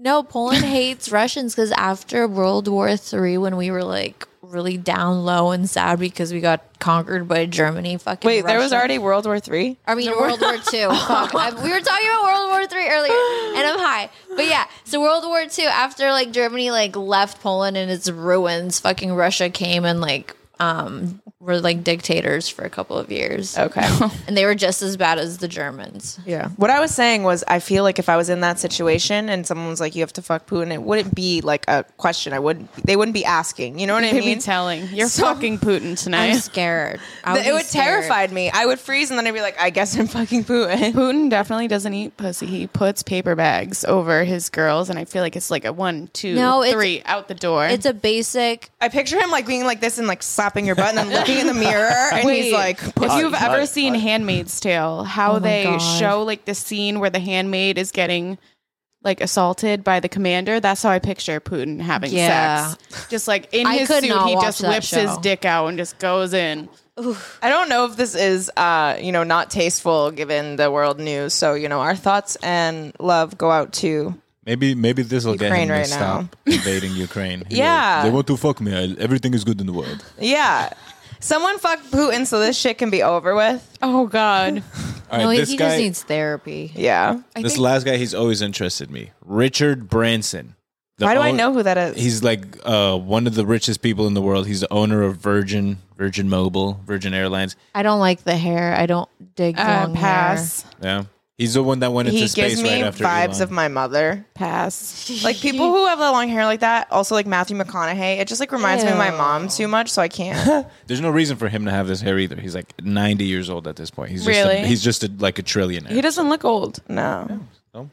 no, Poland hates Russians because after World War Three, when we were like really down low and sad because we got conquered by Germany, fucking
Wait, there was
Russia-
already World War Three.
I mean, World War Two. Fuck. I, we were talking about World War Three earlier, and I'm high. But yeah, so World War Two. After like Germany like left Poland and its ruins, fucking Russia came and like um were like dictators for a couple of years,
Okay.
and they were just as bad as the Germans.
yeah. What I was saying was, I feel like if I was in that situation and someone was like, "You have to fuck Putin," it wouldn't be like a question. I wouldn't. They wouldn't be asking. You know what I
They'd
mean?
be telling. You're
So-
fucking Putin
I'm
tonight.
scared. I
it
be
would
scared.
terrify me. I would freeze and then I'd be like, "I guess I'm fucking Putin."
Putin definitely doesn't eat pussy. He puts paper bags over his girls, and I feel like it's like a one, two, three
No, it's-
out the door.
It's a basic.
Uh,
I picture him like being like this and like slapping your butt and then looking in the mirror and he's like,
if
"Pussy."
you've ever seen Handmaid's Tale, how
Oh my
they
God.
show like the scene where the handmaid is getting like assaulted by the commander, that's how I picture Putin having
Yeah.
sex. Just like in
I
his
could
suit,
not
he
watch
just
that
whips his
show.
dick out and just goes in.
I don't know if this is, uh, you know, not tasteful given the world news. So, you know, our thoughts and love go out to.
Maybe maybe this will get him
Ukraine
to
right now.
stop invading Ukraine. He'll-
Yeah.
they want to fuck me. I, everything is good in the world.
Yeah. Someone fuck Putin so this shit can be over with.
Oh God.
All right,
No,
this
he
guy,
just needs therapy.
Yeah.
this last guy, he's always interested me. Richard Branson. The
Why do I
own-
know who that is?
He's like uh, one of the richest people in the world. He's the owner of Virgin, Virgin Mobile, Virgin Airlines.
I don't like the hair. I don't dig
Uh,
long
pass.
Yeah, he's the one that went into
he
space
gives me
right after
vibes
Elon.
of my mother.
Pass.
Like people who have the long hair like that, also like Matthew McConaughey, it just like reminds me of my
Ew.
mom too much, so I can't.
There's no reason for him to have this hair either. He's like 90 years old at this point. He's just a-
Really?
he's just a, like a trillionaire.
He doesn't look old.
No.
So,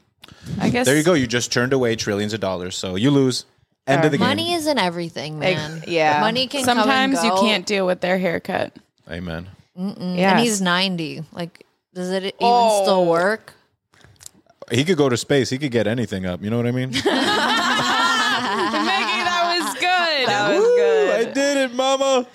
I guess
there you go. You just turned away trillions of dollars, so you lose. End of the
Money
game.
isn't everything, man.
yeah.
money can come and
Sometimes you
go.
can't deal with their haircut.
Amen.
And
Yes.
he's 90. Like, does it even
Oh.
still work?
He could go to space. He could get anything up. You know what I mean?
Maggie, that was good.
That was good.
I did it, Mama.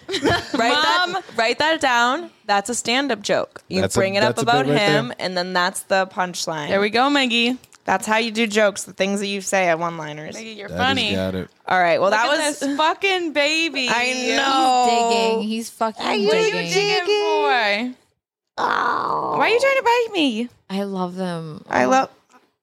Write that write that down. That's a stand-up joke. You
That's a-
bring it up
that's a
about
bit right
him
there.
and then that's the punchline.
There we go, Maggie.
That's how you do jokes, the things that you say at one-liners.
You're
Funny. Got it.
All right. Well,
That
that was
was fucking baby.
I
He's
know.
Oh.
digging. He's fucking
What are you
digging.
digging for?
Why are you trying to bite me?
I love them.
I love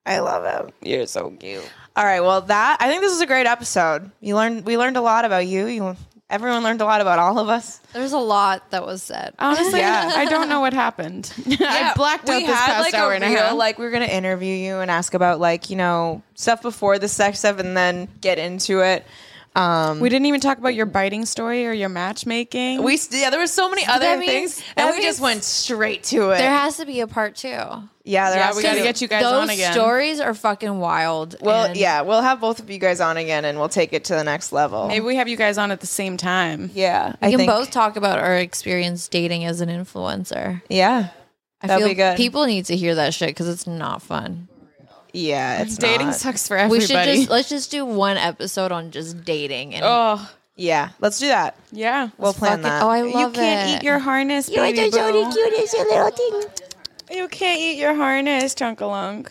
I love him. You're so cute. All right. Well, that I think this was a great episode. You learned we learned a lot about you. You everyone learned a lot about all of us.
There's a lot that was said.
Honestly,
Yeah.
I don't know what happened. I
Yeah,
blacked out
we
this
had,
past
like,
hour
a
and a
real,
half.
Like we were gonna interview you and ask about like you know stuff before the sex stuff and then get into it. Um,
we didn't even talk about your biting story or your matchmaking.
we st- yeah, there was so many other
that means-
things,
that
and we
means-
just went straight to it.
There has to be a part two.
yeah, there
yeah,
has
we
to
got to
be.
get you guys
Those
on again.
stories are fucking wild.
Well,
and
yeah, we'll have both of you guys on again, and we'll take it to the next level.
Maybe we have you guys on at the same time.
Yeah,
We can both talk about our experience dating as an influencer.
Yeah,
I
That'd
feel
be good.
people need to hear that shit because it's not fun.
Yeah, it's
Dating
not.
sucks for
We
everybody.
should just let's just do one episode on just dating and
oh
Yeah, let's do that.
yeah.
We'll plan
fucking-
that.
oh, I
you
love
can't
it.
eat your harness, baby you boo. You can't eat your harness, Chunkalunk.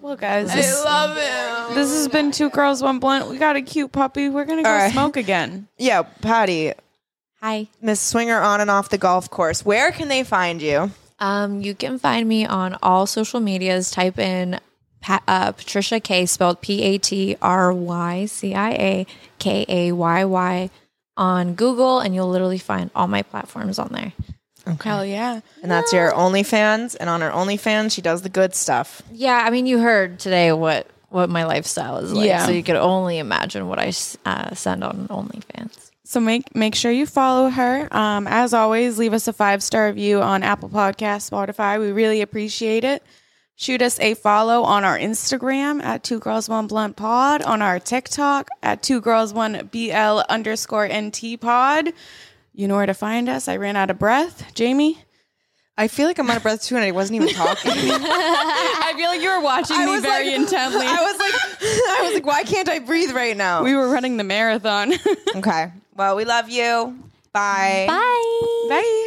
Well, guys, this, I love it. This has been two girls, one blunt. We got a cute puppy. We're gonna go
All right.
smoke again.
yeah, Patty,
Hi.
Miss Swinger on and off the golf course. Where can they find you?
Um, you can find me on all social medias. Type in pa- uh, Patricia K, spelled P A T R Y C I A K A Y Y, on Google, and you'll literally find all my platforms on there.
Hell yeah!
And that's your OnlyFans. And on her OnlyFans, she does the good stuff.
Yeah, I mean, you heard today what what my lifestyle is like,
Yeah.
so you could only imagine what I s- uh, send on OnlyFans.
So make make sure you follow her. Um, as always, leave us a five star review on Apple Podcasts, Spotify. We really appreciate it. Shoot us a follow on our Instagram at Two Girls One Blunt Pod, on our TikTok at Two Girls One BL underscore NT Pod. You know where to find us. I ran out of breath. Jamie,
I feel like I'm out of breath too, and I wasn't even talking.
I feel like you were watching
I was like-
intently.
I was like, I was like, why can't I breathe right now?
we were running the marathon.
okay. Well, we love you. Bye.
Bye.
Bye.